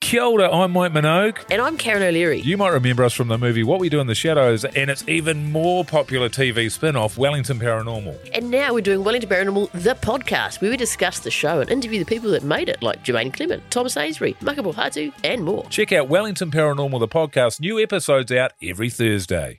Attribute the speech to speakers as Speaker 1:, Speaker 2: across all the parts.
Speaker 1: Kia ora, I'm Mike Minogue.
Speaker 2: And I'm Karen O'Leary.
Speaker 1: You might remember us from the movie What We Do in the Shadows and its even more popular TV spin off, Wellington Paranormal.
Speaker 2: And now we're doing Wellington Paranormal, the podcast, where we discuss the show and interview the people that made it, like Jermaine Clement, Thomas Ainsbury, Makabo Hatu, and more.
Speaker 1: Check out Wellington Paranormal, the podcast, new episodes out every Thursday.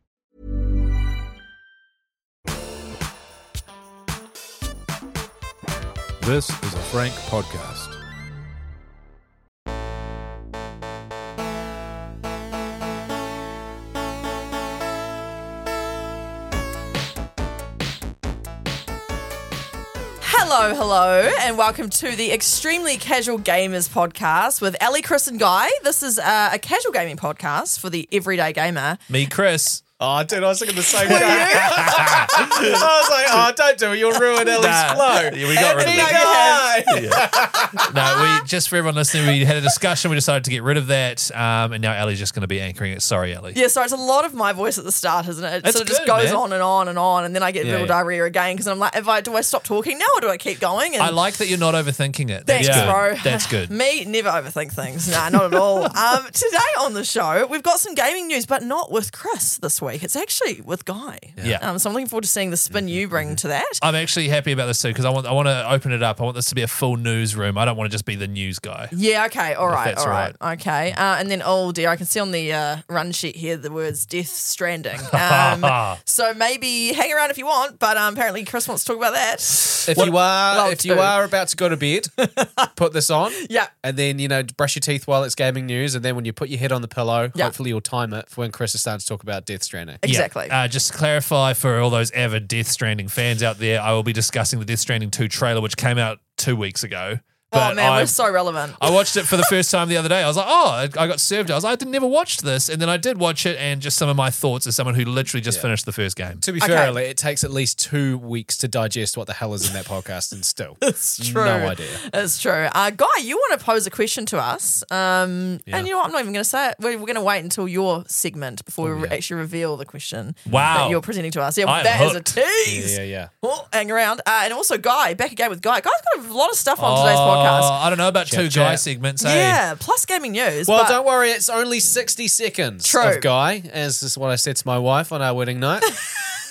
Speaker 1: This is a Frank podcast.
Speaker 3: Hello, hello, and welcome to the Extremely Casual Gamers podcast with Ali, Chris, and Guy. This is uh, a casual gaming podcast for the everyday gamer.
Speaker 4: Me, Chris.
Speaker 5: Oh, dude, I was looking at the same thing. I was like, oh, don't do it. You'll ruin Ellie's
Speaker 4: Nah.
Speaker 5: flow.
Speaker 4: Yeah, we got rid of
Speaker 5: Anthony
Speaker 4: that.
Speaker 5: Guy.
Speaker 4: No, we just for everyone listening, we had a discussion. We decided to get rid of that, um, and now Ali's just going to be anchoring it. Sorry, Ali.
Speaker 3: Yeah, so it's a lot of my voice at the start, isn't it? It
Speaker 4: That's
Speaker 3: sort of just
Speaker 4: good,
Speaker 3: goes
Speaker 4: man.
Speaker 3: on and on and on, and then I get
Speaker 4: Yeah,
Speaker 3: verbal
Speaker 4: yeah.
Speaker 3: diarrhea again because I'm like, if I do I stop talking now or do I keep going? And
Speaker 4: I like that you're not overthinking it.
Speaker 3: Thanks,
Speaker 4: That's good.
Speaker 3: bro.
Speaker 4: That's good.
Speaker 3: Me never overthink things. Nah, not at all. um, today on the show, we've got some gaming news, but not with Chris this week. It's actually with Guy.
Speaker 4: Yeah. Mm-hmm,
Speaker 3: Um, so I'm looking forward to seeing the spin you bring to that.
Speaker 4: I'm actually happy about this too because I want I want to open it up. I want this to be a full newsroom. I don't want to just be the news guy.
Speaker 3: Yeah, okay, all right,
Speaker 4: that's
Speaker 3: all right. Okay. Uh, and then, oh dear, I can see on the uh, run sheet here the words Death Stranding. Um, so maybe hang around if you want, but um, apparently Chris wants to talk about that.
Speaker 5: If you are,
Speaker 3: Well,
Speaker 5: Uh, if you
Speaker 3: dude.
Speaker 5: are about to go to bed, put this on.
Speaker 3: Yeah.
Speaker 5: And then you know, brush your teeth while it's gaming news, and then when you put your head on the pillow,
Speaker 3: Yeah.
Speaker 5: hopefully you'll time it for when Chris is starting to talk about Death Stranding.
Speaker 4: Yeah.
Speaker 3: Exactly.
Speaker 4: Uh, just to clarify for all those avid Death Stranding fans out there, I will be discussing the Death Stranding 2 trailer, which came out two weeks ago.
Speaker 3: oh man,
Speaker 4: I-
Speaker 3: we're so relevant.
Speaker 4: I watched it for the first time the other day. I was like, oh, I I got served. I was like, I didn't- never watched this. And then I did watch it, and just some of my thoughts as someone who literally just finished the first game.
Speaker 5: To be fair, Ali, it takes at least two weeks to digest what the hell is in that podcast, and still,
Speaker 3: It's true.
Speaker 5: no idea.
Speaker 3: It's true. Uh, Guy, you want to pose a question to us. Um, And you know what? I'm not even going to say it. We're, we're going to wait until your segment before we actually reveal the question
Speaker 4: Oh, Wow.
Speaker 3: that you're presenting to us. Yeah,
Speaker 4: I am
Speaker 3: that is
Speaker 4: hooked.
Speaker 3: a tease.
Speaker 5: Yeah, yeah, yeah.
Speaker 3: Oh, hang around. Uh, and also, Guy, back again with Guy. Guy's got a lot of stuff on today's
Speaker 4: Oh,
Speaker 3: podcast.
Speaker 4: I don't know about two guy
Speaker 5: chat.
Speaker 4: segments. eh?
Speaker 3: Yeah, plus gaming news.
Speaker 5: Well,
Speaker 3: but
Speaker 5: don't worry, it's only 60 seconds
Speaker 3: True.
Speaker 5: of Guy, as is what I said to my wife on our wedding night.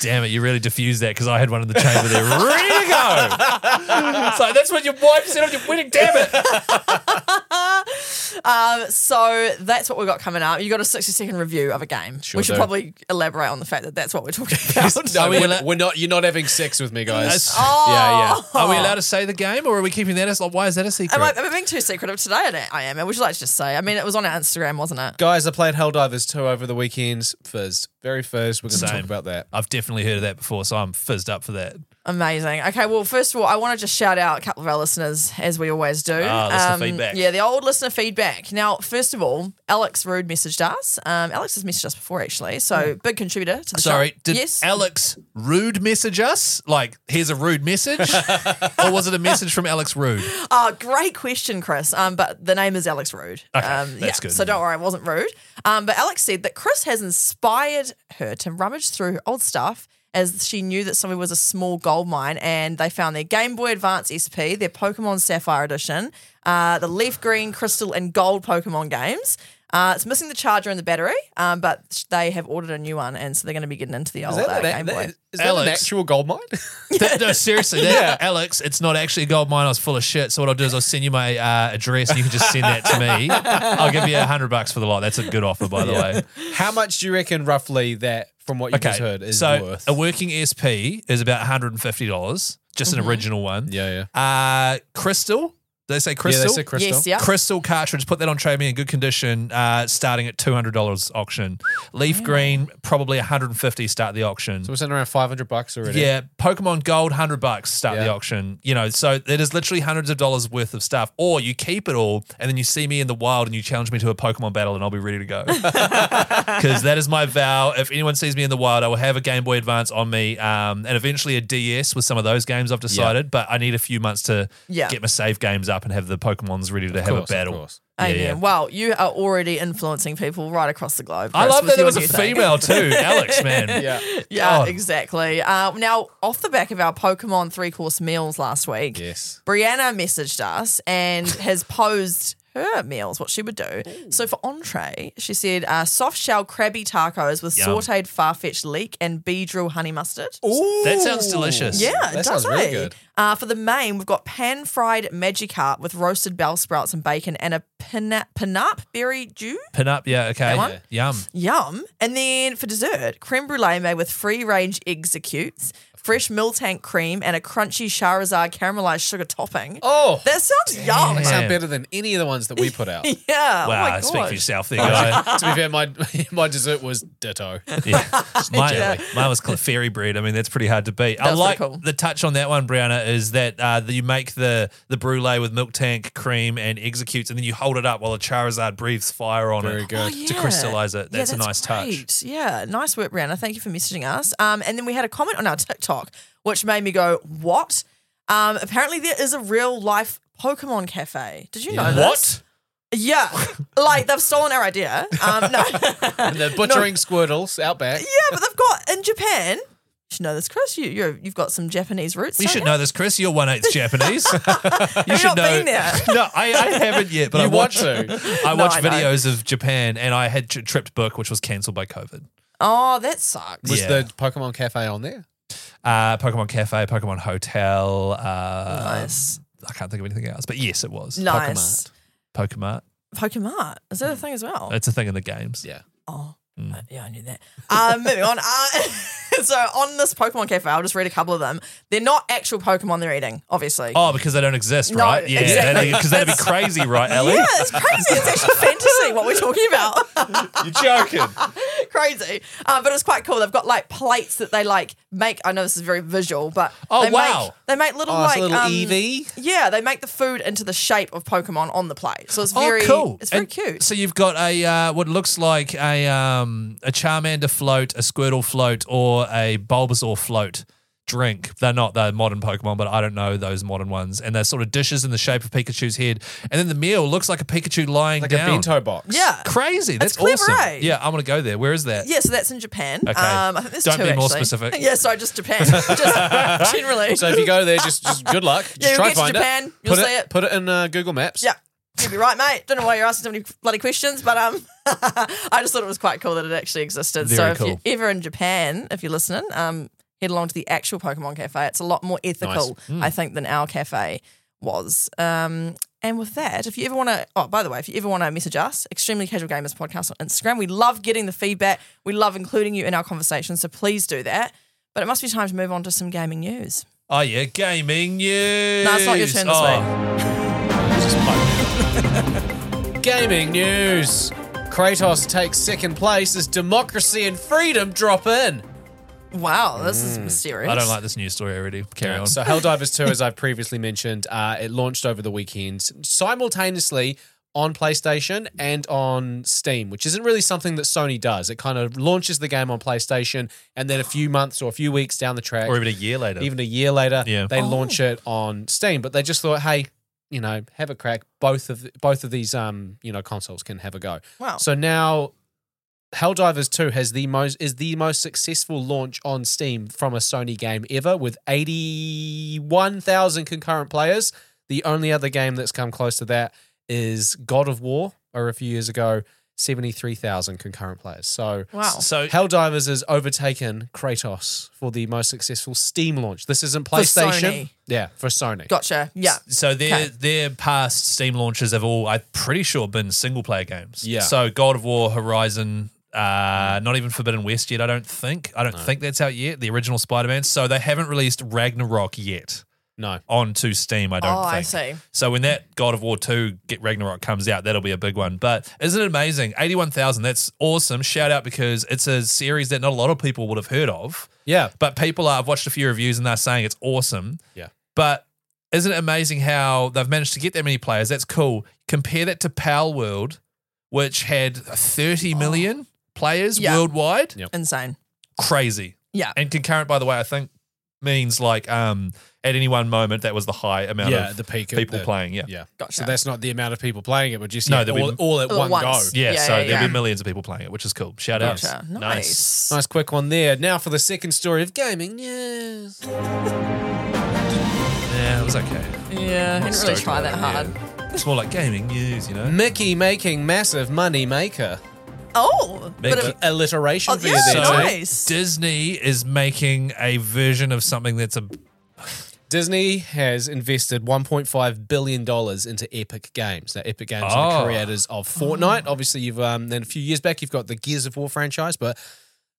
Speaker 4: Damn it, you really diffused that because I had one in the chamber there. Ready to go. so that's what your wife said on your wedding. Damn it.
Speaker 3: So that's what we've got coming up. You got a sixty-second review of a game. we should
Speaker 5: do.
Speaker 3: probably elaborate on the fact that that's what we're talking about.
Speaker 5: no,
Speaker 4: we
Speaker 5: we're,
Speaker 4: allo-
Speaker 5: we're not. You're not having sex with me, guys.
Speaker 4: That's-
Speaker 5: Yeah, yeah.
Speaker 4: Are we allowed to say the game or are we keeping that as like, why is that a secret?
Speaker 3: Oh. Am I, am I being too secretive today? I, don't- I am. I would you like to just say? I mean, it was on our Instagram, wasn't it?
Speaker 5: Guys, I played Helldivers 2 over the weekend. Fizzed. Very fizzed. We're going to
Speaker 4: Same.
Speaker 5: talk about that.
Speaker 4: I've definitely heard of that before, so I'm fizzed up for that.
Speaker 3: Amazing. Okay, well, first of all, I want to just shout out a couple of our listeners, as we always do. Um,
Speaker 4: Ah, listener feedback.
Speaker 3: Yeah, the old listener feedback. Now, first of all, Alex Rude messaged us. Um, Alex has messaged us before, actually, so big contributor to the show.
Speaker 4: Sorry, did
Speaker 3: yes.
Speaker 4: Alex rude message us? Like, here's a rude message? or was it a message from Alex Rude?
Speaker 3: Oh, great question, Chris. Um, but the name is Alex Rude.
Speaker 4: Okay,
Speaker 3: um,
Speaker 4: that's good.
Speaker 3: So don't worry, it wasn't rude. Um, but Alex said that Chris has inspired her to rummage through old stuff as she knew that somewhere was a small gold mine and they found their Game Boy Advance SP, their Pokemon Sapphire Edition, uh, the Leaf Green, Crystal, and Gold Pokemon games. Uh, it's missing the charger and the battery, um, but sh- they have ordered a new one, and so they're going to be getting into the old uh, Game Boy.
Speaker 5: is that an
Speaker 4: Alex.
Speaker 5: actual gold mine?
Speaker 4: That- no, seriously, that, Alex, it's not actually a gold mine. I was full of shit. So what I'll do is I'll send you my uh, address and you can just send that to me. I'll give you a hundred bucks for the lot. That's a good offer, by the way.
Speaker 5: How much do you reckon, roughly, that from what you
Speaker 4: Okay,
Speaker 5: just heard is
Speaker 4: so
Speaker 5: worth?
Speaker 4: a working E SP is about one hundred and fifty dollars, just an original one.
Speaker 5: yeah, yeah.
Speaker 4: Uh, crystal. Did they say
Speaker 5: Yeah,
Speaker 4: crystal?
Speaker 5: they said crystal.
Speaker 3: Yes, yeah.
Speaker 4: Crystal cartridge, put that on trade me in good condition, uh, starting at two hundred dollars auction. Leaf green, probably one hundred and fifty. Start the auction.
Speaker 5: So we're sitting around 500 bucks already.
Speaker 4: Yeah, Pokemon Gold, hundred bucks, start the
Speaker 5: Yeah.
Speaker 4: auction. You know, so it is literally hundreds of dollars worth of stuff. Or you keep it all, and then you see me in the wild, and you challenge me to a Pokemon battle, and I'll be ready to go. Because that is my vow. If anyone sees me in the wild, I will have a Game Boy Advance on me, um, and eventually a DS with some of those games. I've decided, but I need a few months to
Speaker 3: Yeah.
Speaker 4: get my save games up and have the Pokemon's ready to
Speaker 5: Of
Speaker 4: have
Speaker 5: course,
Speaker 4: a
Speaker 5: of
Speaker 4: battle.
Speaker 5: course.
Speaker 3: Amen. Wow, you are already influencing people right across the globe.
Speaker 4: I
Speaker 3: Chris,
Speaker 4: love
Speaker 3: with
Speaker 4: that there
Speaker 3: your
Speaker 4: was a
Speaker 3: new thing.
Speaker 4: female too, Alex. Man,
Speaker 5: Yeah.
Speaker 3: Yeah,
Speaker 4: Oh.
Speaker 3: exactly. Uh, now, off the back of our Pokemon three course meals last week,
Speaker 5: Yes.
Speaker 3: Brianna messaged us and has posed her meals, what she would do. So for entree, she said uh, soft shell crabby tacos with
Speaker 4: Yum.
Speaker 3: sauteed farfetch leek and beedrill honey mustard.
Speaker 4: that sounds delicious.
Speaker 3: Yeah, it
Speaker 5: That
Speaker 3: does,
Speaker 5: sounds really
Speaker 3: eh?
Speaker 5: good.
Speaker 3: Uh, for the main, we've got pan fried Magikarp with roasted bell sprouts and bacon and a pina- pinap berry dew.
Speaker 4: Pin up, yeah, okay,
Speaker 3: one?
Speaker 4: yum.
Speaker 3: Yum. And then for dessert, creme brulee made with free range executes, fresh Miltank cream, and a crunchy Charizard caramelized sugar topping.
Speaker 5: Oh,
Speaker 3: That sounds yum.
Speaker 5: they sound
Speaker 4: man.
Speaker 5: better than any of the ones that we put out.
Speaker 3: Yeah.
Speaker 4: Wow,
Speaker 3: oh my
Speaker 4: speak for
Speaker 3: gosh.
Speaker 4: yourself there, guy.
Speaker 5: to be fair, my my dessert was ditto.
Speaker 4: Yeah. mine,
Speaker 3: Yeah.
Speaker 4: mine was cl- fairy bread. I mean, that's pretty hard to beat.
Speaker 3: That's
Speaker 4: I
Speaker 3: pretty
Speaker 4: like
Speaker 3: cool.
Speaker 4: the touch on that one, Brianna, is that uh, that you make the the brulee with milk tank cream and executes, and then you hold it up while a Charizard breathes fire on
Speaker 5: Very
Speaker 4: it.
Speaker 3: Oh,
Speaker 5: good.
Speaker 4: to crystallize it. That's a nice touch.
Speaker 3: touch. Yeah, nice work, Brianna. Thank you for messaging us. Um, and then we had a comment on our TikTok, which made me go, "What?" Um, apparently there is a real life Pokemon cafe. Did you know this?
Speaker 4: What?
Speaker 3: Yeah, like they've stolen our idea. Um, no, yeah,
Speaker 5: And they're butchering squirtles out back.
Speaker 3: but they've got in Japan. You should know this, Chris. You you're, you've got some Japanese roots.
Speaker 4: You
Speaker 3: don't
Speaker 4: should know this, Chris. You're one eighth Japanese. you
Speaker 3: Have you
Speaker 4: should
Speaker 3: not
Speaker 4: know.
Speaker 3: been there?
Speaker 4: No, I, I haven't yet, but I
Speaker 5: You want
Speaker 4: watched.
Speaker 5: to.
Speaker 4: I
Speaker 3: No,
Speaker 4: watched
Speaker 3: I know.
Speaker 4: videos of Japan, and I had tri- tripped book, which was cancelled by COVID.
Speaker 3: Oh, that sucks.
Speaker 5: Was
Speaker 4: Yeah.
Speaker 5: the Pokemon Cafe on there?
Speaker 4: Uh, Pokemon Cafe, Pokemon Hotel. Uh,
Speaker 3: Nice.
Speaker 4: I can't think of anything else, but yes, it was.
Speaker 3: Nice.
Speaker 4: Pokemon.
Speaker 3: Pokemon is that a thing as well?
Speaker 4: It's a thing in the games.
Speaker 5: Yeah.
Speaker 3: Oh,
Speaker 4: Mm.
Speaker 3: uh, yeah, I knew that. Um, moving on. Uh, so on this Pokemon cafe, I'll just read a couple of them. They're not actual Pokemon they're eating, obviously.
Speaker 4: Oh, because they don't exist,
Speaker 3: No,
Speaker 4: right? Yeah,
Speaker 3: exactly.
Speaker 4: because that'd, be crazy, right, Ellie?
Speaker 3: Yeah, it's crazy. It's actually fantasy what we're talking about.
Speaker 4: You're joking.
Speaker 3: crazy. Uh, but it's quite cool. They've got like plates that they like make. I know this is very visual, but
Speaker 4: Oh,
Speaker 3: they
Speaker 4: wow.
Speaker 3: make they make little
Speaker 5: Oh, it's
Speaker 3: like
Speaker 5: a little
Speaker 3: um,
Speaker 5: Eevee.
Speaker 3: Yeah, they make the food into the shape of Pokemon on the plate. So it's very
Speaker 4: oh, cool.
Speaker 3: It's very
Speaker 4: And
Speaker 3: cute.
Speaker 4: So you've got a uh, what looks like a um, a Charmander float, a Squirtle float, or a Bulbasaur float drink. They're not the modern Pokemon, but I don't know those modern ones. And they're sort of dishes in the shape of Pikachu's head, and then the meal looks like a Pikachu lying
Speaker 5: Like
Speaker 4: down.
Speaker 5: a bento box.
Speaker 3: yeah.
Speaker 4: Crazy. That's
Speaker 3: clever,
Speaker 4: awesome.
Speaker 3: eh?
Speaker 4: Yeah, I'm gonna go there. Where is that?
Speaker 3: Yeah, so that's in Japan.
Speaker 4: Okay.
Speaker 3: Um, I think there's
Speaker 4: Don't
Speaker 3: two,
Speaker 4: be more
Speaker 3: actually.
Speaker 4: specific.
Speaker 3: Yeah, sorry, just Japan. just generally.
Speaker 5: So if you go there, just just good luck. Just
Speaker 3: you'll
Speaker 5: try
Speaker 3: get to
Speaker 5: find
Speaker 3: Japan,
Speaker 5: it.
Speaker 3: you'll
Speaker 5: put
Speaker 3: see it.
Speaker 5: Put it in uh, Google Maps.
Speaker 3: Yeah. You'll be right, mate. Don't know why you're asking so many bloody questions, but um, I just thought it was quite cool that it actually existed. so
Speaker 4: Very
Speaker 3: if
Speaker 4: cool.
Speaker 3: you're ever in Japan, if you're listening, um, head along to the actual Pokemon Cafe. It's a lot more ethical,
Speaker 4: Hmm.
Speaker 3: I think, than our cafe was. Um, and with that, if you ever want to, oh, by the way, if you ever want to message us, Extremely Casual Gamers Podcast on Instagram, we love getting the feedback. We love including you in our conversation, so please do that. But it must be time to move on to some gaming news.
Speaker 4: Oh yeah, gaming news.
Speaker 3: No, it's not your turn this
Speaker 4: Oh.
Speaker 3: week.
Speaker 5: Gaming news. Kratos takes second place as democracy and freedom drop in.
Speaker 3: Wow, this is mysterious.
Speaker 4: Hmm. I don't like this news story already. Carry on.
Speaker 5: So Helldivers 2, as I previously mentioned, uh, it launched over the weekend simultaneously on PlayStation and on Steam, which isn't really something that Sony does. It kind of launches the game on PlayStation and then a few months or a few weeks down the track,
Speaker 4: or even a year later.
Speaker 5: even a year later,
Speaker 4: Yeah.
Speaker 5: they launch it on Steam. But they just thought, hey, you know, have a crack. Both of both of these um, you know, consoles can have a go.
Speaker 3: Wow.
Speaker 5: So now Helldivers 2 has the most is the most successful launch on Steam from a Sony game ever with 81,000 concurrent players. The only other game that's come close to that is God of War or a few years ago 73,000 concurrent players. So
Speaker 3: Wow.
Speaker 4: so
Speaker 5: Helldivers has overtaken Kratos for the most successful Steam launch. This isn't PlayStation.
Speaker 3: Sony.
Speaker 5: Yeah, for Sony.
Speaker 3: Gotcha. Yeah.
Speaker 4: So their
Speaker 3: Okay.
Speaker 4: their past Steam launches have all, I'm pretty sure, been single player games.
Speaker 5: Yeah.
Speaker 4: So God of War, Horizon, uh, not even Forbidden West yet. I don't think. I don't think that's out yet. The original Spider Man. So they haven't released Ragnarok yet.
Speaker 5: No.
Speaker 4: onto Steam. I don't.
Speaker 3: Oh, I
Speaker 4: think.
Speaker 3: see.
Speaker 4: So when that God of War two Get Ragnarok comes out, that'll be a big one. But isn't it amazing? Eighty one thousand. That's awesome. Shout out because it's a series that not a lot of people would have heard of.
Speaker 5: Yeah.
Speaker 4: But people are, I've watched a few reviews and they're saying it's awesome.
Speaker 5: Yeah.
Speaker 4: But isn't it amazing how they've managed to get that many players? That's cool. Compare that to Pal World, which had
Speaker 5: Oh.
Speaker 4: 30 million players
Speaker 3: Yeah.
Speaker 4: worldwide.
Speaker 5: Yep.
Speaker 3: Insane.
Speaker 4: Crazy.
Speaker 3: Yeah.
Speaker 4: And concurrent, by the way, I think means like um at any one moment that was the high amount
Speaker 5: Yeah,
Speaker 4: of
Speaker 5: the peak of
Speaker 4: people
Speaker 5: the-
Speaker 4: playing. Yeah.
Speaker 5: Yeah.
Speaker 3: Gotcha.
Speaker 5: So that's not the amount of people playing it, but just
Speaker 4: No,
Speaker 5: yeah,
Speaker 4: there'll be
Speaker 5: all, all at
Speaker 3: All at
Speaker 5: one
Speaker 3: once.
Speaker 5: go.
Speaker 4: Yeah,
Speaker 3: Yeah,
Speaker 4: so
Speaker 3: yeah,
Speaker 4: there'll
Speaker 3: yeah.
Speaker 4: be millions of people playing it, which is cool. Shout out.
Speaker 3: Gotcha.
Speaker 4: Nice.
Speaker 3: Nice.
Speaker 5: Nice quick one there. Now for the second story of gaming news.
Speaker 4: Yeah, it was okay.
Speaker 3: Yeah, I didn't really
Speaker 5: stoked
Speaker 3: try
Speaker 5: about
Speaker 3: that
Speaker 5: it,
Speaker 3: hard.
Speaker 4: It's more like gaming news, you know?
Speaker 5: Mickey making massive money maker.
Speaker 3: Oh,
Speaker 4: Maybe-
Speaker 3: bit of
Speaker 5: Alliteration
Speaker 3: Oh,
Speaker 5: for
Speaker 3: yeah,
Speaker 5: you there,
Speaker 4: So
Speaker 5: too.
Speaker 3: Nice.
Speaker 4: Disney is making a version of something that's a
Speaker 5: Disney has invested 1.5 billion dollars into Epic Games. Now, Epic Games are
Speaker 4: Oh.
Speaker 5: the creators of Fortnite. Obviously, you've um, then a few years back you've got the Gears of War franchise, but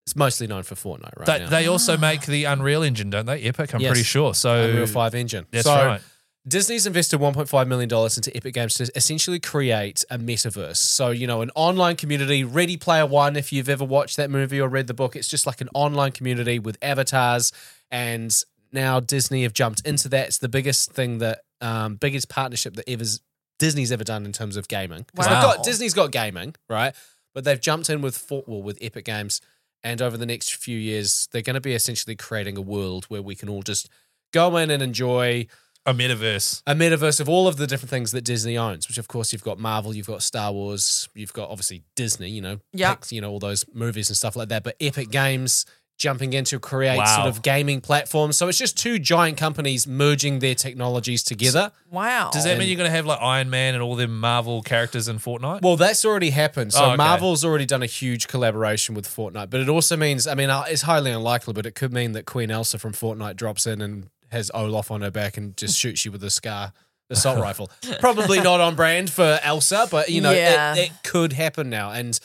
Speaker 5: it's mostly known for Fortnite right
Speaker 4: They,
Speaker 5: now.
Speaker 4: they also make the Unreal Engine, don't they? Epic, I'm
Speaker 5: Yes.
Speaker 4: pretty sure. So
Speaker 5: Unreal Five engine.
Speaker 4: That's
Speaker 5: so,
Speaker 4: right.
Speaker 5: Disney's invested 1.5 million dollars into Epic Games to essentially create a metaverse. So you know, an online community, Ready Player One. If you've ever watched that movie or read the book, it's just like an online community with avatars. And now Disney have jumped into that. It's the biggest thing that, um, biggest partnership that ever's Disney's ever done in terms of gaming. 'Cause they've
Speaker 4: Wow.
Speaker 5: got- Disney's got gaming, right? But they've jumped in with Fort well, with Epic Games, and over the next few years, they're going to be essentially creating a world where we can all just go in and enjoy
Speaker 4: a metaverse.
Speaker 5: a metaverse of all of the different things that Disney owns, which of course you've got Marvel, you've got Star Wars, you've got obviously Disney, you know,
Speaker 3: Yeah.
Speaker 5: Pix- you know, all those movies and stuff like that. But Epic Games jumping in to create
Speaker 4: Wow.
Speaker 5: sort of gaming platforms. So it's just two giant companies merging their technologies together.
Speaker 3: wow.
Speaker 4: Does that mean you're going to have like Iron Man and all them Marvel characters in Fortnite?
Speaker 5: Well, that's already happened. So
Speaker 4: Oh, okay.
Speaker 5: Marvel's already done a huge collaboration with Fortnite, but it also means, I mean, uh, it's highly unlikely, but it could mean that Queen Elsa from Fortnite drops in and has Olaf on her back and just shoots you with a scar assault rifle. Probably not on brand for Elsa, but you know,
Speaker 3: Yeah.
Speaker 5: it, it could happen now. And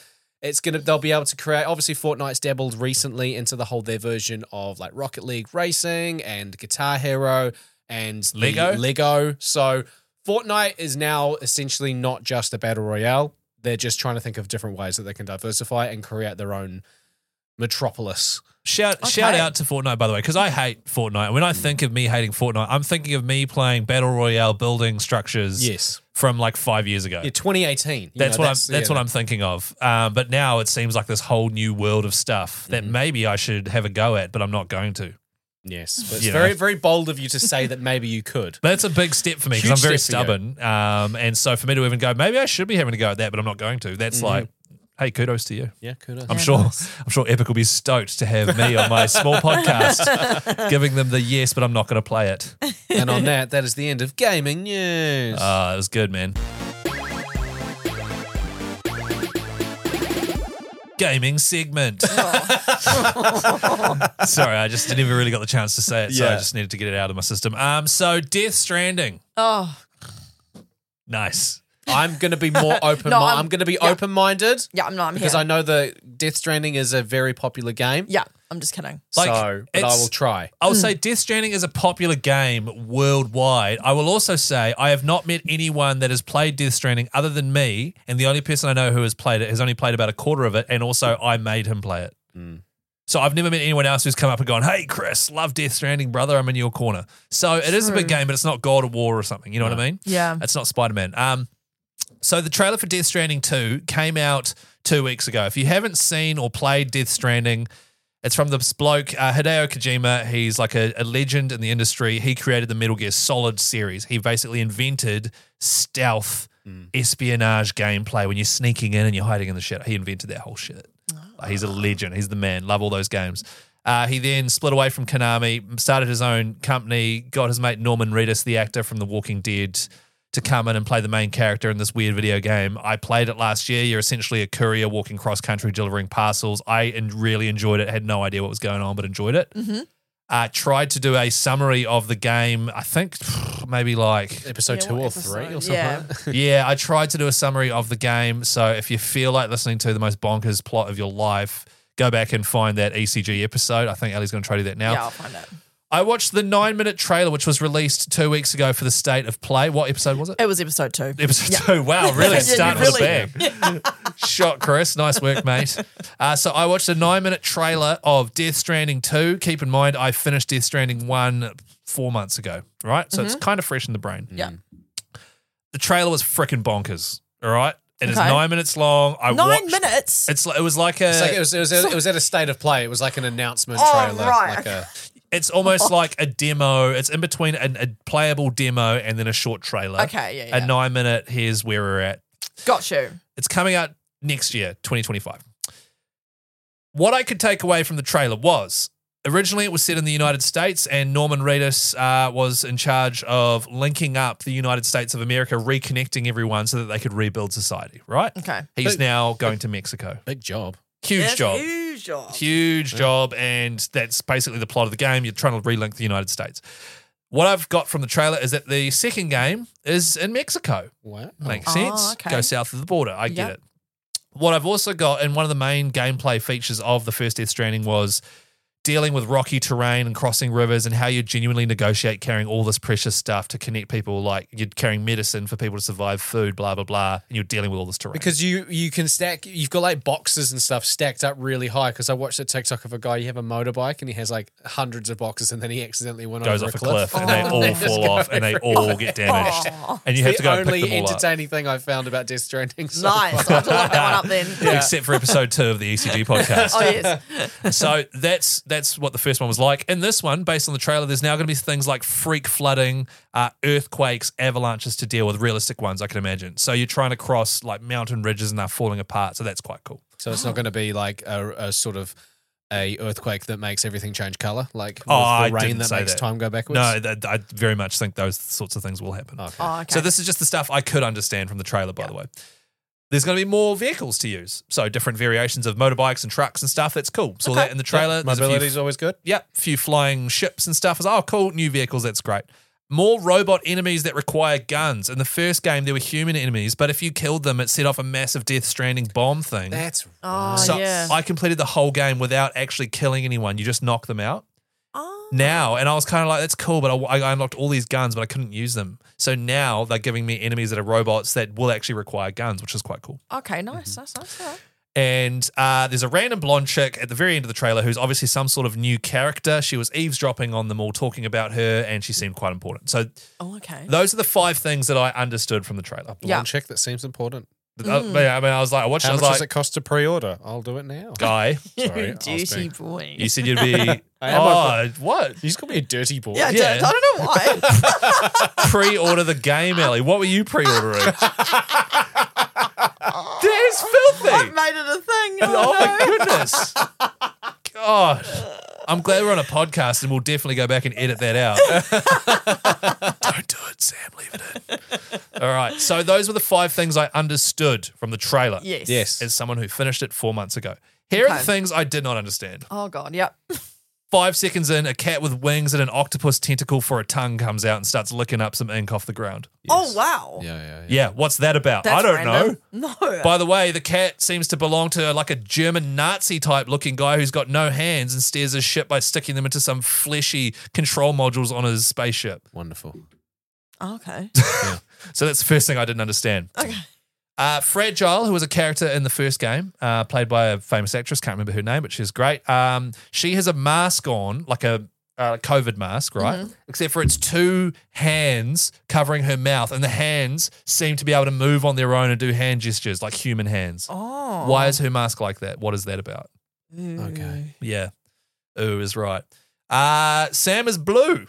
Speaker 5: it's gonna they'll be able to create obviously Fortnite's dabbled recently into the whole their version of like Rocket League Racing and Guitar Hero and the
Speaker 4: Lego?
Speaker 5: Lego. So Fortnite is now essentially not just a battle royale. They're just trying to think of different ways that they can diversify and create their own metropolis.
Speaker 4: Shout
Speaker 3: Okay.
Speaker 4: shout out to Fortnite by the way, because I hate Fortnite. When I think of me hating Fortnite, I'm thinking of me playing battle royale building structures
Speaker 5: Yes.
Speaker 4: from like five years ago.
Speaker 5: Yeah, 2018. you
Speaker 4: that's
Speaker 5: know,
Speaker 4: what I'm. That's
Speaker 5: yeah,
Speaker 4: what I'm thinking of. Um, but now it seems like this whole new world of stuff that maybe I should have a go at, but I'm not going to.
Speaker 5: Yes, but it's
Speaker 4: You know.
Speaker 5: very, very bold of you to say that maybe you could.
Speaker 4: But that's a big step for me because
Speaker 5: Huge
Speaker 4: I'm very
Speaker 5: step for
Speaker 4: stubborn. Um, and so for me to even go, maybe I should be having a go at that, but I'm not going to. That's like, hey, kudos to you.
Speaker 5: Mm-hmm. Yeah, kudos.
Speaker 4: I'm sure. I'm sure Epic will be stoked to have me on my small podcast, giving them the yes, but I'm not going to play it.
Speaker 5: and on that, that is the end of gaming news.
Speaker 4: Uh, it was good, man. Gaming segment. Sorry, I just never really got the chance to say it, so I
Speaker 5: Yeah.
Speaker 4: just needed to get it out of my system. Um, so Death Stranding,
Speaker 3: Oh,
Speaker 4: nice.
Speaker 5: I'm going to be more open.
Speaker 3: No,
Speaker 5: I'm,
Speaker 3: I'm-
Speaker 5: going to be
Speaker 3: yeah.
Speaker 5: open minded
Speaker 3: yeah. I'm not. I'm
Speaker 5: because
Speaker 3: here.
Speaker 5: I know that Death Stranding is a very popular game.
Speaker 3: Yeah, I'm just kidding.
Speaker 4: Like,
Speaker 5: so, but I
Speaker 4: it's-
Speaker 5: will try.
Speaker 4: I'll say Death Stranding is a popular game worldwide. I will also say I have not met anyone that has played Death Stranding other than me, and the only person I know who has played it has only played about a quarter of it, and also I made him play it.
Speaker 5: Hmm.
Speaker 4: So I've never met anyone else who's come up and gone, "Hey, Chris, love Death Stranding, brother. I'm in your corner." So it is a big game, but it's not God of War or something. You know what I mean?
Speaker 3: Yeah.
Speaker 4: It's not Spider Man. Um, so the trailer for Death Stranding 2 came out two weeks ago. If you haven't seen or played Death Stranding, it's from this bloke, uh, Hideo Kojima. He's like a, a legend in the industry. He created the Metal Gear Solid series. He basically invented stealth espionage gameplay when you're sneaking in and you're hiding in the shit. He invented that whole shit. Like, he's a legend. He's the man. Love all those games. Uh, he then split away from Konami, started his own company, got his mate Norman Reedus, the actor from The Walking Dead, to come in and play the main character in this weird video game. I played it last year. You're essentially a courier walking cross country delivering parcels. I en- really enjoyed it. Had no idea what was going on, but enjoyed it. Uh, tried to do a summary of the game. I think maybe like
Speaker 5: Episode
Speaker 3: Yeah,
Speaker 5: two
Speaker 3: what
Speaker 5: or
Speaker 3: episode?
Speaker 5: three or something.
Speaker 3: Yeah.
Speaker 5: like that.
Speaker 4: yeah, I tried to do a summary of the game. So if you feel like listening to the most bonkers E plot of your life, go back and find that ECG episode. I think Ellie's going to try to do that now.
Speaker 3: Yeah, I'll find it.
Speaker 4: I watched the nine minute trailer, which was released two weeks ago for the State of Play. What episode was it?
Speaker 3: It was episode two.
Speaker 4: Episode two. Wow, really
Speaker 3: Yeah,
Speaker 4: starting with a
Speaker 3: really.
Speaker 4: bang. Shot, Chris. Nice work, mate. Uh, so I watched a nine minute trailer of Death Stranding 2. Keep in mind, I finished Death Stranding 1 four months ago, right? So it's kind of fresh in the brain.
Speaker 3: Mm-hmm. Yeah.
Speaker 4: The trailer was freaking bonkers, all right? It is
Speaker 3: Okay.
Speaker 4: nine minutes long. I
Speaker 3: Nine
Speaker 4: watched-
Speaker 3: minutes.
Speaker 4: It's, li- it was like a.
Speaker 5: It's like it was, it, was, it was at a state of play. It was like an announcement
Speaker 3: Oh,
Speaker 5: trailer.
Speaker 3: right.
Speaker 5: Like a,
Speaker 4: It's almost
Speaker 3: Oh.
Speaker 4: like a demo. It's in between a, a playable demo and then a short trailer.
Speaker 3: Okay, yeah, yeah.
Speaker 4: A nine minute, here's where we're at.
Speaker 3: Got you.
Speaker 4: It's coming out next year, 2025. What I could take away from the trailer was originally it was set in the United States, and Norman Reedus uh, was in charge of linking up the United States of America, reconnecting everyone so that they could rebuild society, right?
Speaker 3: Okay.
Speaker 4: He's now going to Mexico.
Speaker 5: big job.
Speaker 4: Huge
Speaker 3: That's
Speaker 4: job
Speaker 3: Huge job.
Speaker 4: huge job, and that's basically the plot of the game. You're trying to relink the United States. What I've got from the trailer is that the second game is in Mexico.
Speaker 5: Wow.
Speaker 4: Makes
Speaker 3: Oh,
Speaker 4: sense.
Speaker 3: okay.
Speaker 4: Go south of the border. I get
Speaker 3: Yep.
Speaker 4: it. What I've also got, and one of the main gameplay features of the first Death Stranding was dealing with rocky terrain and crossing rivers and how you genuinely negotiate carrying all this precious stuff to connect people. Like you're carrying medicine for people to survive, food, blah, blah, blah. And you're dealing with all this terrain.
Speaker 5: Because you you can stack. You've got like boxes and stuff stacked up really high. Because I watched a TikTok of a guy. You have a motorbike and he has like hundreds of boxes, and then he accidentally went
Speaker 4: goes
Speaker 5: over
Speaker 4: off a cliff, and they
Speaker 5: Oh.
Speaker 4: all
Speaker 5: Just
Speaker 4: fall
Speaker 5: go
Speaker 4: off and they all get damaged.
Speaker 3: Aw.
Speaker 4: And you have
Speaker 5: It's
Speaker 4: to go
Speaker 5: the
Speaker 4: and pick
Speaker 5: only
Speaker 4: them all up.
Speaker 5: entertaining thing I've found about Death Stranding. So
Speaker 3: Nice.
Speaker 5: far.
Speaker 3: I'll have to lock that one up then.
Speaker 4: Except for episode two of the E ECG podcast.
Speaker 3: Oh, yes.
Speaker 4: So that's that's what the first one was like. In this one, based on the trailer, there's now going to be things like freak flooding, uh, earthquakes, avalanches to deal with. Realistic ones, I can imagine. So you're trying to cross like mountain ridges and they're falling apart. So that's quite cool.
Speaker 5: So it's not going to be like a, a sort of a earthquake that makes everything change color, like with
Speaker 4: Oh, I
Speaker 5: the rain
Speaker 4: didn't
Speaker 5: that
Speaker 4: say
Speaker 5: makes
Speaker 4: that.
Speaker 5: time go backwards.
Speaker 4: No, that, I very much think those sorts of things will happen.
Speaker 5: Okay.
Speaker 3: Oh, okay.
Speaker 4: So this is just the stuff I could understand from the trailer, by the way. There's going to be more vehicles to use, so different variations of motorbikes and trucks and stuff. That's cool. Saw that in the trailer. There's a few-
Speaker 5: Mobility's always good.
Speaker 4: Yep, few flying ships and stuff. Is oh cool, new vehicles. That's great. More robot enemies that require guns. In the first game, there were human enemies, but if you killed them, it set off a massive Death Stranding bomb thing.
Speaker 5: That's
Speaker 3: Oh,
Speaker 4: so
Speaker 3: yeah.
Speaker 4: I completed the whole game without actually killing anyone. You just knock them out
Speaker 3: Oh,
Speaker 4: now, and I was kind of like, that's cool, but I, I unlocked all these guns, but I couldn't use them. So now they're giving me enemies that are robots that will actually require guns, which is quite cool
Speaker 3: okay. Nice. Nice. Nice. All right.
Speaker 4: and uh, there's a random blonde chick at the very end of the trailer who's obviously some sort of new character. She was eavesdropping on them all, talking about her, and she seemed quite important. So
Speaker 3: Oh, okay.
Speaker 4: those are the five things that I understood from the trailer.
Speaker 5: blonde
Speaker 3: Yeah.
Speaker 5: chick that seems important.
Speaker 4: Uh, yeah, I mean, I was like, I watched, it,
Speaker 5: How
Speaker 4: I
Speaker 5: much
Speaker 4: was like,
Speaker 5: does it cost to pre-order? I'll do it now.
Speaker 4: guy,
Speaker 5: Sorry, I was
Speaker 3: Dirty
Speaker 5: being-
Speaker 3: boy.
Speaker 4: you said you'd be.
Speaker 5: I am
Speaker 4: oh, what?
Speaker 5: You just call me a dirty boy.
Speaker 3: yeah, I
Speaker 4: yeah.
Speaker 3: don't- I don't know why.
Speaker 4: Pre-order the game, Ellie. What were you pre-ordering? that is filthy.
Speaker 3: I've made it a thing.
Speaker 4: Oh
Speaker 3: Oh,
Speaker 4: my goodness. God. I'm glad we're on a podcast and we'll definitely go back and edit that out. Don't do it, Sam. Leave it in. All right. So those were the five things I understood from the trailer.
Speaker 3: Yes.
Speaker 5: Yes.
Speaker 4: As someone who finished it four months ago. Here are
Speaker 3: Okay.
Speaker 4: the things I did not understand.
Speaker 3: Oh god. Yep.
Speaker 4: Five seconds in, a cat with wings and an octopus tentacle for a tongue comes out and starts licking up some ink off the ground.
Speaker 3: Oh wow.
Speaker 5: Yeah, yeah, yeah.
Speaker 4: Yeah, what's that about?
Speaker 3: That's
Speaker 4: I don't know.
Speaker 3: random. No.
Speaker 4: By the way, the cat seems to belong to like a German Nazi type looking guy who's got no hands and steers his ship by sticking them into some fleshy control modules on his spaceship.
Speaker 5: Wonderful.
Speaker 3: Oh, okay.
Speaker 4: So that's the first thing I didn't understand. Okay. Uh, Fragile, who was a character in the first game, uh, played by a famous actress, can't remember her name, but she's great. Um, she has a mask on, like a uh, COVID mask, right? Except for it's two hands covering her mouth, and the hands seem to be able to move on their own and do hand gestures like human hands.
Speaker 3: Oh.
Speaker 4: Why is her mask like that? What is that about?
Speaker 5: Okay.
Speaker 4: Yeah. Ooh is right. Uh Sam is blue.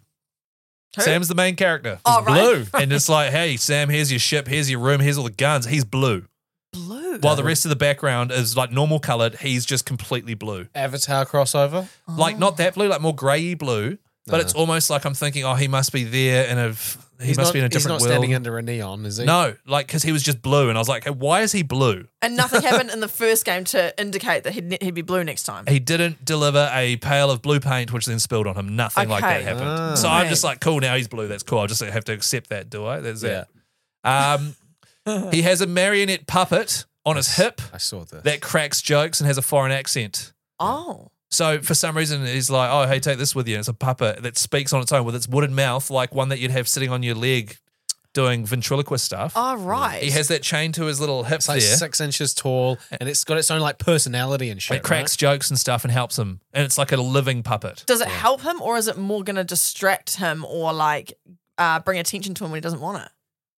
Speaker 3: Who?
Speaker 4: Sam's the main character. He's
Speaker 3: Oh, right.
Speaker 4: blue. And it's like, hey, Sam, here's your ship, here's your room, here's all the guns. He's blue.
Speaker 3: blue?
Speaker 4: While the rest of the background is like normal colored, he's just completely blue.
Speaker 5: Avatar crossover.
Speaker 4: Like not that blue, like more greyy blue. But it's almost like I'm thinking, oh, he must be there in a he must
Speaker 5: not,
Speaker 4: be in a
Speaker 5: Uh-huh. He's
Speaker 4: different world.
Speaker 5: not standing under a neon, is he?
Speaker 4: no, like because he was just blue, and I was like, hey, why is he blue?
Speaker 3: and nothing happened in the first game to indicate that he'd, he'd be blue next time.
Speaker 4: he didn't deliver a pail of blue paint, which then spilled on him. Nothing like that
Speaker 3: Okay.
Speaker 4: happened.
Speaker 5: Ah.
Speaker 4: so I'm
Speaker 3: Right.
Speaker 4: just like, cool, now he's blue. That's cool. I just have to accept that, do I? That's
Speaker 5: Yeah.
Speaker 4: it. Um, he has a marionette puppet on his hip
Speaker 5: I saw this.
Speaker 4: that cracks jokes and has a foreign accent.
Speaker 3: Oh.
Speaker 4: So for some reason, he's like, "Oh, hey, take this with you." And it's a puppet that speaks on its own with its wooden mouth, like one that you'd have sitting on your leg, doing ventriloquist stuff.
Speaker 3: All right.
Speaker 4: He has that chain to his little hip
Speaker 5: It's like
Speaker 4: there.
Speaker 5: six inches tall, and it's got its own like personality and shit.
Speaker 4: It cracks jokes and stuff and helps him, and it's like a living puppet.
Speaker 3: Does it help him, or is it more going to distract him, or like uh, bring attention to him when he doesn't want it?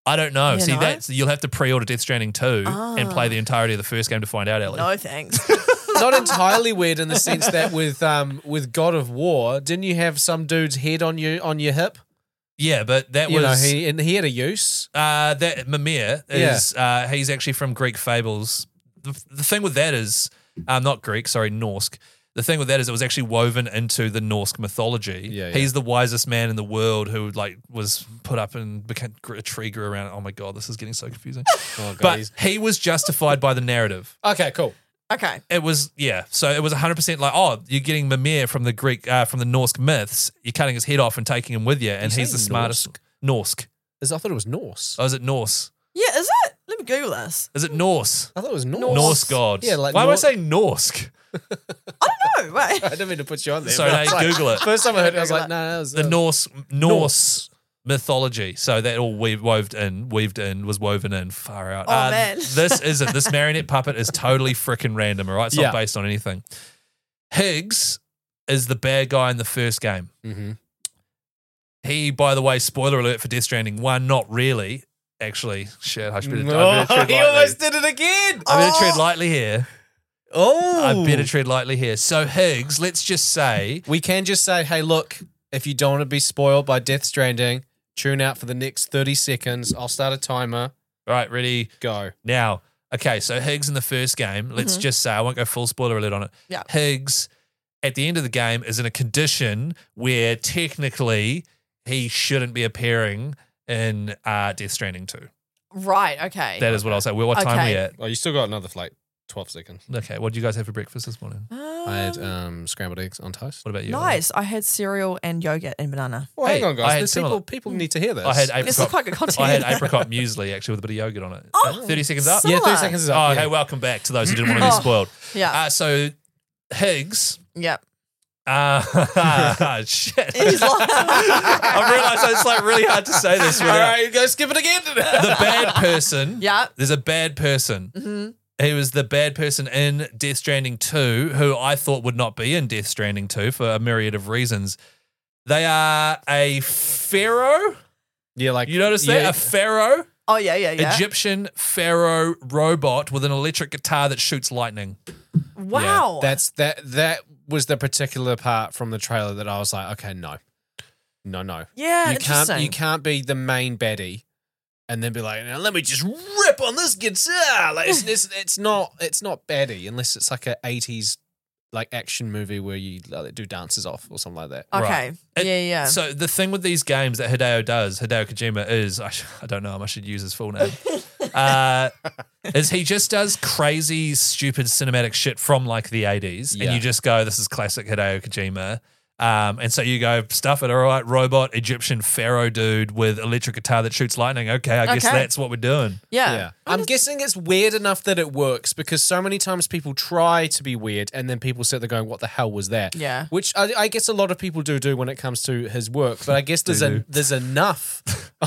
Speaker 4: I don't know.
Speaker 3: You
Speaker 4: See,
Speaker 3: know? Ah.
Speaker 4: that's you'll have to pre-order Death Stranding two and play the entirety of the first game to find out, Ellie.
Speaker 3: No thanks.
Speaker 5: Right? Not entirely weird in the sense that with um with God of War, didn't you have some dude's head on you on your hip?
Speaker 4: Yeah, but that
Speaker 5: you know,
Speaker 4: was
Speaker 5: he and he had a use.
Speaker 4: uh, that Mimir is uh, he's actually from Greek fables. The, the thing with that is, uh, not Greek, sorry, Norse. The thing with that is, it was actually woven into the Norse mythology.
Speaker 5: Yeah, yeah.
Speaker 4: he's the wisest man in the world who like was put up and became a tree grew around. it. Oh my god, this is getting so confusing.
Speaker 5: Oh, God,
Speaker 4: but
Speaker 5: he's-
Speaker 4: he was justified by the narrative.
Speaker 5: okay, cool.
Speaker 3: okay.
Speaker 4: It was yeah, so it was 100 percent like oh, you're getting Mimir from the Greek uh, from the Norse myths. You're cutting his head off and taking him with you, and
Speaker 5: You
Speaker 4: he's
Speaker 5: say
Speaker 4: the smartest. Norse.
Speaker 5: Is- I thought it was Norse.
Speaker 4: Oh, is it Norse?
Speaker 3: Yeah, is it? Let me Google this.
Speaker 4: Is it Norse?
Speaker 5: I thought it was Norse.
Speaker 4: Norse, gods.
Speaker 5: Yeah, like
Speaker 4: why
Speaker 5: Nor-
Speaker 4: am I saying Norsk?
Speaker 3: No, wait.
Speaker 5: I didn't mean to put you on there.
Speaker 4: Sorry,
Speaker 5: but
Speaker 4: hey,
Speaker 5: it's like-
Speaker 4: Google it.
Speaker 5: First time I heard it, I was like, no, nah, that was
Speaker 4: The
Speaker 5: uh,
Speaker 4: Norse Norse mythology. So that all weave, woved in, weaved in, was woven in. Far out. Um,
Speaker 3: Oh, man.
Speaker 4: this isn't. This marionette puppet is totally freaking random. All right, it's
Speaker 5: Yeah.
Speaker 4: not based on anything. Higgs is the bad guy in the first game.
Speaker 5: Mhm.
Speaker 4: He, by the way, spoiler alert for Death Stranding one. Not really. Actually, shit. I should better, I better
Speaker 5: Oh,
Speaker 4: tread
Speaker 5: he
Speaker 4: lightly.
Speaker 5: almost did it again.
Speaker 4: I better tread lightly here.
Speaker 5: Oh,
Speaker 4: I better tread lightly here. So Higgs, let's just say
Speaker 5: We can just say, hey, look, if you don't want to be spoiled by Death Stranding, tune out for the next 30 seconds. I'll start a timer.
Speaker 4: All right, ready
Speaker 5: Go.
Speaker 4: now. Okay, so Higgs in the first game, let's just say I won't go full spoiler alert on it.
Speaker 3: Mm-hmm. Yeah.
Speaker 4: Higgs at the end of the game is in a condition where technically he shouldn't be appearing in uh, Death Stranding 2.
Speaker 3: Right. Okay.
Speaker 4: That is what I'll say. Well, what time
Speaker 3: Okay.
Speaker 4: we at?
Speaker 5: Oh, you still got another like 12 seconds.
Speaker 4: Okay, what do you guys have for breakfast this morning?
Speaker 5: I had
Speaker 3: Um,
Speaker 5: um, scrambled eggs on toast.
Speaker 4: What about you?
Speaker 3: nice. I had cereal and yogurt and banana.
Speaker 5: Well,
Speaker 4: Hey,
Speaker 5: hang
Speaker 4: I
Speaker 5: on,
Speaker 4: had
Speaker 5: guys. There's
Speaker 4: similar-
Speaker 5: people, people need to hear this.
Speaker 4: I had
Speaker 3: This is quite
Speaker 4: apricot.
Speaker 3: good content.
Speaker 4: I had apricot muesli actually with a bit of yogurt on it.
Speaker 3: Oh,
Speaker 4: 30 seconds up.
Speaker 5: yeah,
Speaker 3: Similar.
Speaker 5: 30 seconds is
Speaker 4: Oh,
Speaker 5: up.
Speaker 4: hey,
Speaker 5: yeah.
Speaker 4: welcome back to those who didn't want to be
Speaker 3: Oh.
Speaker 4: spoiled.
Speaker 3: Yeah.
Speaker 4: Uh, so Higgs
Speaker 3: yep.
Speaker 4: Ah, shit.
Speaker 3: He's like-
Speaker 4: I've realised it's like really hard to say this.
Speaker 5: All
Speaker 4: without-
Speaker 5: right, go skip it again.
Speaker 4: The bad person.
Speaker 3: Yeah. Mm-hmm.
Speaker 4: There's a bad person. He was the bad person in Death Stranding 2, who I thought would not be in Death Stranding 2 for a myriad of reasons. They are a pharaoh.
Speaker 5: yeah, like
Speaker 4: You notice that?
Speaker 5: yeah,
Speaker 4: A pharaoh,
Speaker 3: Oh yeah, yeah, yeah.
Speaker 4: Egyptian pharaoh robot with an electric guitar that shoots lightning.
Speaker 3: wow.
Speaker 5: That's that. That was the particular part from the trailer that I was like, okay, no, no, no.
Speaker 3: yeah.
Speaker 4: Ah,
Speaker 5: you can't
Speaker 3: interesting.
Speaker 5: you can't be the main baddie and then be like now let me just rip on this guitar like it's, it's, it's not it's not baddie unless it's like a 80s like action movie where you like, do dances off or something like that
Speaker 3: Okay.
Speaker 4: It-
Speaker 3: yeah, yeah.
Speaker 4: So the thing with these games that Hideo does, Hideo Kojima is, I, sh- I don't know, I should use his full name, uh, is he just does crazy, stupid cinematic shit from like the 80s.
Speaker 5: Yeah.
Speaker 4: And you just go, this is classic Hideo Kojima. Um, and so you go, stuff it, all right, robot, Egyptian pharaoh dude with electric guitar that shoots lightning. Okay, I guess
Speaker 3: Okay.
Speaker 4: that's what we're doing.
Speaker 3: yeah.
Speaker 5: yeah i'm guessing it's weird enough that it works because so many times people try to be weird and then people sit there going what the hell was that
Speaker 3: Yeah.
Speaker 5: which i, I guess a lot of people do do when it comes to his work but i guess there's a, there's enough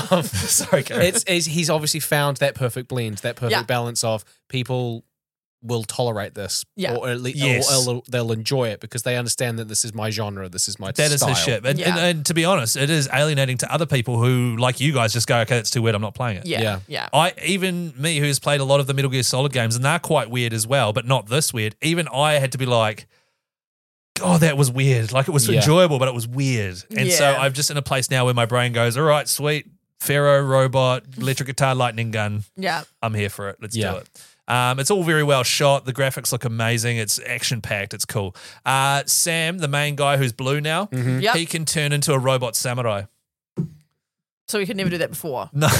Speaker 5: of
Speaker 4: Sorry, Karen.
Speaker 5: it's, it's he's obviously found that perfect blend, that perfect
Speaker 3: Yeah.
Speaker 5: balance of people will tolerate this,
Speaker 3: Yeah.
Speaker 5: or at least
Speaker 4: Yes.
Speaker 5: or they'll, they'll enjoy it because they understand that this is my genre, this is my
Speaker 4: That is
Speaker 5: style.
Speaker 4: his shit. And, and,
Speaker 3: Yeah.
Speaker 4: and to be honest, it is alienating to other people who, like you guys, just go, okay, that's too weird. I'm not playing it.
Speaker 3: Yeah.
Speaker 5: Yeah.
Speaker 3: Yeah.
Speaker 4: I even me who's played a lot of the Metal Gear Solid games and they're quite weird as well, but not this weird. Even I had to be like, God, that was weird. Like it was
Speaker 5: Yeah.
Speaker 4: enjoyable, but it was weird. And so
Speaker 3: Yeah.
Speaker 4: I'm just in a place now where my brain goes, All right, sweet, Pharaoh robot, electric guitar, lightning gun.
Speaker 3: Yeah.
Speaker 4: I'm here for it. Let's
Speaker 5: Yeah.
Speaker 4: do it. Um, it's all very well shot. The graphics look amazing. It's action packed. It's cool. Uh, Sam, the main guy who's blue now,
Speaker 3: Yep.
Speaker 4: he can turn into a robot samurai.
Speaker 3: So we could never do that before.
Speaker 4: No,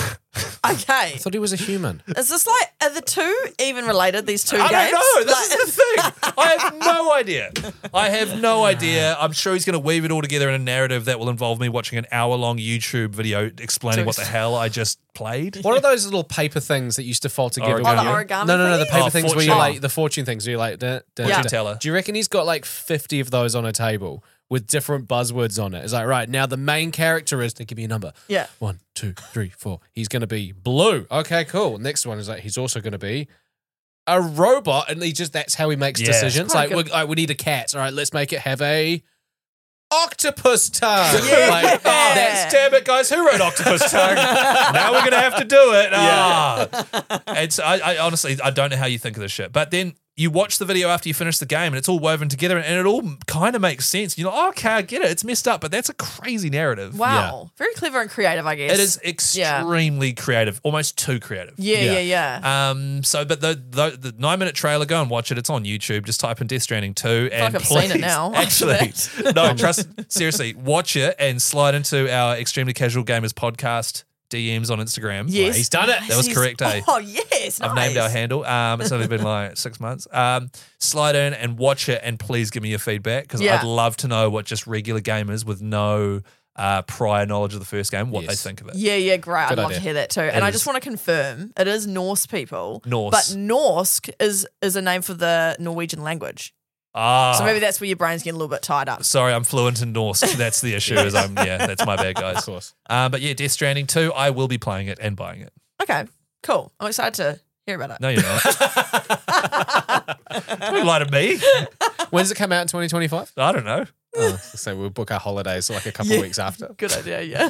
Speaker 3: Okay.
Speaker 5: I thought he was a human.
Speaker 3: Is this like are the two even related? These two
Speaker 4: I
Speaker 3: games?
Speaker 4: don't know.
Speaker 3: Like,
Speaker 4: This is the thing. I have no idea. I have no idea. I'm sure he's going to weave it all together in a narrative that will involve me watching an hour long YouTube video explaining what the hell I just played.
Speaker 5: What are those little paper things that used to fold together?
Speaker 4: Origami. Oh, the
Speaker 3: origami
Speaker 5: No, no, no. The
Speaker 3: thingy?
Speaker 5: paper
Speaker 4: Oh,
Speaker 5: things where you
Speaker 4: fortune.
Speaker 5: like the fortune things. Where you like da, da,
Speaker 3: Yeah.
Speaker 5: da.
Speaker 4: teller.
Speaker 5: Do you reckon he's got like fifty of those on a table with different buzzwords on it? It's like right now the main character is to give me a number.
Speaker 3: Yeah.
Speaker 5: One, two, three, four. He's going to be blue. Okay, cool. Next one is like he's also going to be. A robot, and he just—that's how he makes
Speaker 4: Yeah.
Speaker 5: decisions. Like,
Speaker 3: Quite
Speaker 5: we,
Speaker 3: good.
Speaker 5: like, we need a cat. All right, let's make it have a octopus tongue.
Speaker 3: Yeah.
Speaker 5: Like,
Speaker 4: That's damn it, guys. Who wrote Octopus Tongue? now we're gonna have to do it. Ah. It's I, I honestly I don't know how you think of this shit. But then you watch the video after you finish the game and it's all woven together and, and it all kind of makes sense. You're like, okay, I get it. It's messed up, but that's a crazy narrative.
Speaker 3: Wow. Very clever and creative, I guess.
Speaker 4: It is extremely creative, almost too creative.
Speaker 3: Yeah, yeah, yeah.
Speaker 4: Um. So, but the, the the nine minute trailer, go and watch it. It's on YouTube. Just type in Death Stranding two, and
Speaker 3: like I've
Speaker 4: please,
Speaker 3: seen it now.
Speaker 4: Actually, no, trust. Seriously, watch it and slide into our extremely casual gamers podcast DMs on Instagram.
Speaker 3: Yes.
Speaker 5: he's done it. That
Speaker 4: That was correct, eh?
Speaker 3: Oh yes.
Speaker 4: I've
Speaker 3: nice.
Speaker 4: named our handle. Um, it's only been like six months. Um, slide in and watch it, and please give me your feedback because
Speaker 3: Yeah.
Speaker 4: I'd love to know what just regular gamers with no uh, prior knowledge of the first game what
Speaker 5: Yes.
Speaker 4: they think of it.
Speaker 3: Yeah, yeah, great. I'd
Speaker 5: Good
Speaker 3: love
Speaker 5: idea.
Speaker 3: to hear that too. and I
Speaker 4: is.
Speaker 3: just want to confirm it is Norse people.
Speaker 4: Norse.
Speaker 3: But Norsk is is a name for the Norwegian language.
Speaker 4: Ah,
Speaker 3: So maybe that's where your brain's getting a little bit tied up.
Speaker 4: sorry, I'm fluent in Norse. That's the issue. Is I'm yeah, that's my bad, guys.
Speaker 5: Of course.
Speaker 4: Um, but yeah, Death Stranding 2, I will be playing it and buying it.
Speaker 3: Okay, cool. I'm excited to hear about it.
Speaker 4: No, you're not. Don't lie to me.
Speaker 5: When does it come out in 2025?
Speaker 4: I don't know.
Speaker 5: Oh, so we'll book our holidays like a couple of weeks after.
Speaker 3: Good idea, yeah.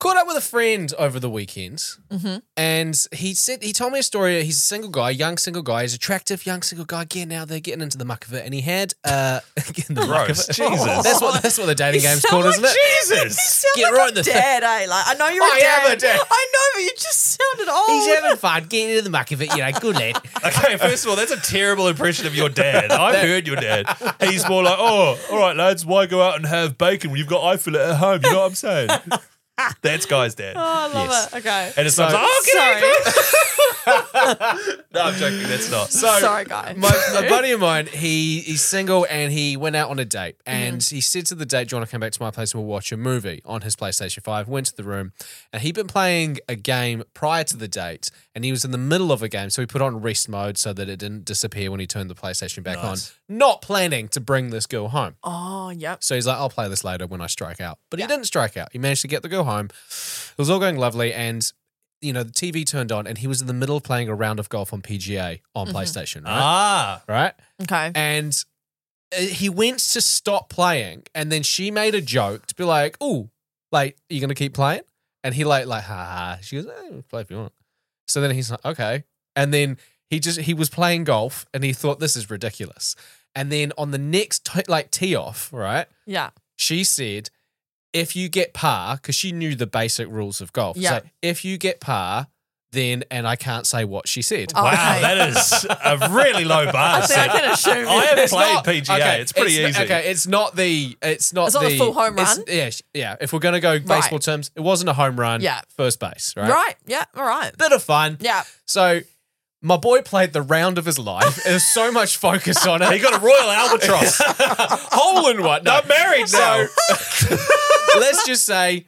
Speaker 5: Caught up with a friend over the weekend,
Speaker 4: Mm-hmm.
Speaker 5: and he said he told me a story. He's a single guy, young single guy. He's attractive, young single guy. Again, now they're getting into the muck of it, and he had uh, in the muck of
Speaker 4: Gross.
Speaker 5: it.
Speaker 4: Jesus.
Speaker 5: that's what that's what the dating game's
Speaker 3: sound
Speaker 5: called, isn't
Speaker 3: like
Speaker 5: it?
Speaker 3: You
Speaker 4: Jesus.
Speaker 3: sound like
Speaker 5: Get right
Speaker 3: a
Speaker 5: in the thing.
Speaker 3: dad, eh? Like I know you're a
Speaker 5: I
Speaker 3: dad.
Speaker 5: am a dad.
Speaker 3: I know, but you just sounded old.
Speaker 5: He's having fun, getting into the muck of it. You know, good lad.
Speaker 4: Okay, first of all, that's a terrible impression of your dad. I've heard your dad. He's more like, oh, all right, lads, why go out and have bacon when you've got Eiffel at home? You know what I'm saying? That's Guy's dad.
Speaker 3: oh, I love it. Okay.
Speaker 4: And it's not like, okay.
Speaker 3: Sorry.
Speaker 4: No, I'm joking. That's not.
Speaker 3: Sorry, guy.
Speaker 5: My, a buddy of mine, he he's single and he went out on a date and he said to the date, "Do you want to come back to my place and we'll watch a movie on his PlayStation Five?" Went to the room and he'd been playing a game prior to the date and he was in the middle of a game, so he put on rest mode so that it didn't disappear when he turned the PlayStation back on. Not planning to bring this girl home,
Speaker 3: Oh, yep.
Speaker 5: so he's like, "I'll play this later when I strike out." But he didn't strike out. He managed to get the girl home. It was all going lovely and. You know, the TV turned on and he was in the middle of playing a round of golf on PGA on PlayStation, right?
Speaker 4: Ah.
Speaker 5: right?
Speaker 3: Okay.
Speaker 5: and uh, he went to stop playing, and then she made a joke to be like, "Oh, like you gonna keep playing?" And he like like ha ha. She goes, eh, "Play if you want." So then he's like, "Okay," and then he just he was playing golf, and he thought this is ridiculous. And then on the next t- like tee off, right?
Speaker 3: Yeah.
Speaker 5: she said, if you get par, because she knew the basic rules of golf.
Speaker 3: Yeah.
Speaker 5: So if you get par, then, and I can't say what she said.
Speaker 3: Oh,
Speaker 4: Wow,
Speaker 3: okay.
Speaker 4: that is a really low
Speaker 3: I
Speaker 4: bar.
Speaker 3: think I
Speaker 4: set.
Speaker 3: can assume.
Speaker 4: I have
Speaker 5: It's
Speaker 4: played
Speaker 5: not-
Speaker 4: PGA.
Speaker 5: okay,
Speaker 4: it's pretty
Speaker 5: not-
Speaker 4: easy.
Speaker 5: Okay, it's not the it's not
Speaker 3: It's
Speaker 5: the,
Speaker 3: not the full home
Speaker 5: it's-
Speaker 3: run?
Speaker 5: Yeah, sh- yeah. If we're gonna go baseball terms, it wasn't a home run.
Speaker 3: Yeah.
Speaker 5: first base, right?
Speaker 3: right. Yeah. All right.
Speaker 5: bit of fun.
Speaker 3: Yeah.
Speaker 5: So my boy played the round of his life. There's so much focus on
Speaker 4: He
Speaker 5: it.
Speaker 4: got a royal albatross.
Speaker 5: Hole in one. No,
Speaker 4: I'm married now.
Speaker 5: So let's just say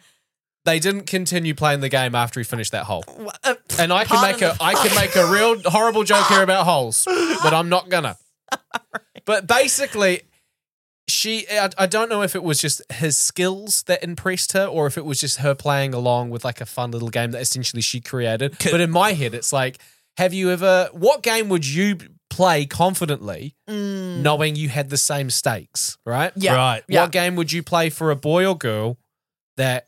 Speaker 5: they didn't continue playing the game after he finished that hole.
Speaker 3: Wha- uh,
Speaker 5: And I can
Speaker 3: Pardon
Speaker 5: make a I can make a real horrible joke here about holes, but I'm not gonna. But basically, she I, I don't know if it was just his skills that impressed her, or if it was just her playing along with like a fun little game that essentially she created. But in my head, it's like, have you ever? What game would you play confidently, knowing you had the same stakes, right?
Speaker 3: Mm, Yeah.
Speaker 4: Right.
Speaker 3: Yeah.
Speaker 5: What game would you play for a boy or girl that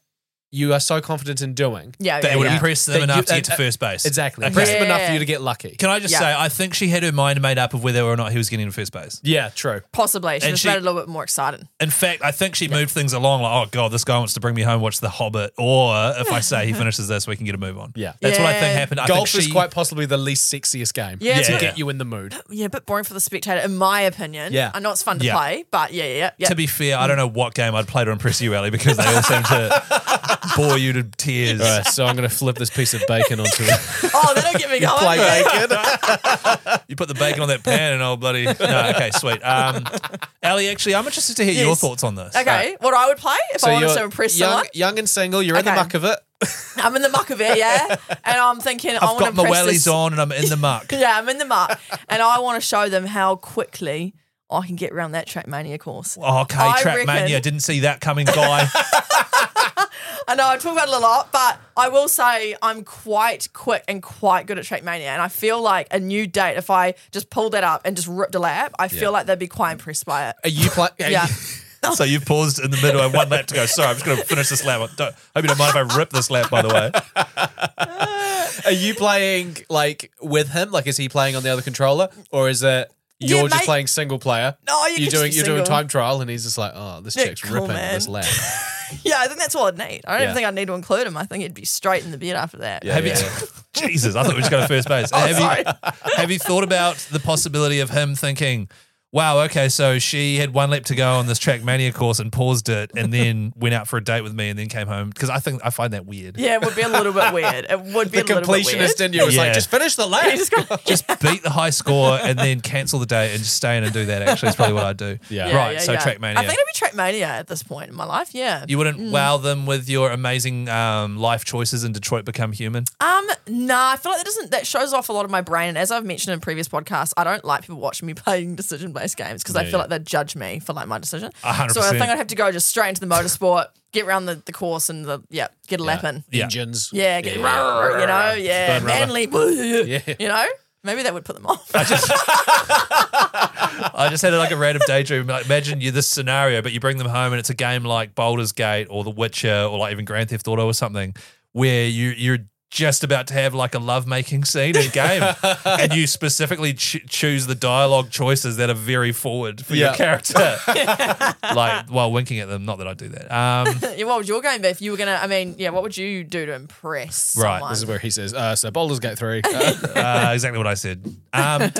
Speaker 5: you are so confident in doing?
Speaker 3: Yeah.
Speaker 4: That
Speaker 3: yeah,
Speaker 4: would
Speaker 3: Uh, yeah.
Speaker 4: impress them
Speaker 5: That
Speaker 4: enough
Speaker 5: you-
Speaker 4: to get to
Speaker 5: uh,
Speaker 4: first base.
Speaker 5: Exactly.
Speaker 4: Okay.
Speaker 5: Impress them enough
Speaker 3: Yeah.
Speaker 5: for you to get lucky.
Speaker 4: Can I just
Speaker 3: Yeah.
Speaker 4: say, I think she had her mind made up of whether or not he was getting to first base.
Speaker 5: yeah, true.
Speaker 3: Possibly. She
Speaker 4: And
Speaker 3: just
Speaker 4: she-
Speaker 3: made it a little bit more exciting.
Speaker 4: In fact, I think she moved things along like, oh God, this guy wants to bring me home, watch The Hobbit. Or if I say he finishes this, we can get a move on.
Speaker 5: Yeah.
Speaker 4: That's what I think
Speaker 3: Yeah.
Speaker 4: happened. I
Speaker 5: Golf
Speaker 4: think
Speaker 5: is
Speaker 4: she-
Speaker 5: quite possibly the least sexiest game.
Speaker 3: Yeah, it's
Speaker 5: to
Speaker 4: Yeah.
Speaker 5: get you in the mood.
Speaker 3: Yeah, a bit boring for the spectator, in my opinion.
Speaker 5: Yeah.
Speaker 3: I know it's fun to
Speaker 4: Yeah.
Speaker 3: play, but yeah, yeah, yeah.
Speaker 4: To be fair, I don't know what game I'd play to impress you, Ali, because they all seem to bore you to tears.
Speaker 5: All right, so I'm going to flip this piece of bacon onto it.
Speaker 3: oh, that'll get me going.
Speaker 5: Play bacon.
Speaker 4: You put the bacon on that pan and oh bloody. No, okay, sweet. Um, Ali, actually, I'm interested to hear your
Speaker 3: Yes.
Speaker 4: thoughts on this.
Speaker 3: Okay, what I would play if I wanted
Speaker 5: you're
Speaker 3: to impress
Speaker 5: young,
Speaker 3: someone.
Speaker 5: young and single. You're in the
Speaker 3: Okay.
Speaker 5: muck of it.
Speaker 3: I'm in the muck of it, yeah. And I'm thinking, I
Speaker 4: I've
Speaker 3: want to
Speaker 4: got my
Speaker 3: impress
Speaker 4: wellies
Speaker 3: this-
Speaker 4: on and I'm in the muck.
Speaker 3: Yeah, I'm in the muck. and I want to show them how quickly I can get around that Trackmania course.
Speaker 4: Oh, okay,
Speaker 3: I
Speaker 4: Trackmania.
Speaker 3: reckon-
Speaker 4: Didn't see that coming, guy.
Speaker 3: I know I talk about it a lot, but I will say I'm quite quick and quite good at Trackmania. And I feel like a new date, if I just pulled that up and just ripped a lap, I feel like they'd be quite impressed by it.
Speaker 5: Are you playing?
Speaker 3: Yeah.
Speaker 4: so you paused in the middle and one lap to go. Sorry, I'm just going to finish this lap. Don't, hope you don't mind if I rip this lap, by the way.
Speaker 5: Are you playing like with him? Like, is he playing on the other controller, or is it you're
Speaker 3: Yeah,
Speaker 5: just
Speaker 3: mate.
Speaker 5: playing single player?
Speaker 3: No, you
Speaker 5: you're
Speaker 3: can just
Speaker 5: doing
Speaker 3: be
Speaker 5: you're doing
Speaker 3: single.
Speaker 5: time trial, and he's just like, oh, this
Speaker 3: Yeah,
Speaker 5: chick's
Speaker 3: cool,
Speaker 5: ripping
Speaker 3: man.
Speaker 5: this lap.
Speaker 3: Yeah, I think that's all I'd need. I don't
Speaker 5: Yeah.
Speaker 3: even think I'd need to include him. I think he'd be straight in the bed after that.
Speaker 4: Have you- Jesus, I thought we just got to first base.
Speaker 3: Oh,
Speaker 4: have, You, have you thought about the possibility of him thinking, wow, okay, so she had one lap to go on this Trackmania course and paused it and then went out for a date with me and then came home? Because I think I find that weird.
Speaker 3: Yeah, it would be a little bit weird. It would be a
Speaker 5: The
Speaker 3: little bit weird.
Speaker 5: completionist in you was
Speaker 4: Yeah.
Speaker 5: like, just finish the lap.
Speaker 3: He's just got-
Speaker 4: Just beat the high score and then cancel the date and just stay in and do that. Actually, is probably what I'd do.
Speaker 5: Yeah.
Speaker 3: Yeah,
Speaker 4: Right.
Speaker 3: yeah,
Speaker 4: so
Speaker 3: yeah.
Speaker 4: Trackmania.
Speaker 3: I think it'd be Trackmania at this point in my life. Yeah.
Speaker 4: you wouldn't wow them with your amazing um, life choices in Detroit Become Human.
Speaker 3: um, nah, I feel like that doesn't that shows off a lot of my brain. And as I've mentioned in previous podcasts, I don't like people watching me playing decision based games because I feel like they'd judge me for like my decision.
Speaker 4: A hundred
Speaker 3: So I think
Speaker 4: percent.
Speaker 3: I'd have to go just straight into the motorsport, get around the, the course and the yeah, get a lap in.
Speaker 4: Yeah.
Speaker 5: Engines.
Speaker 3: Yeah, get rawr, you know, yeah,
Speaker 4: Burn rubber.
Speaker 3: manly, you know. Maybe that would put them off.
Speaker 4: I just had like a random daydream. Like, imagine you this scenario, but you bring them home and it's a game like Baldur's Gate or The Witcher or like even Grand Theft Auto or something, where you you're just about to have like a lovemaking scene in a game, and you specifically ch- choose the dialogue choices that are very forward for
Speaker 5: Yeah.
Speaker 4: your character, like while winking at them. Not that I do that. Um,
Speaker 3: Yeah, what would your game be if you were gonna? I mean, yeah, what would you do to impress?
Speaker 4: Right,
Speaker 3: someone?
Speaker 5: This is where he says, uh, so Baldur's Gate 3. Uh,
Speaker 4: uh, exactly what I said. Um,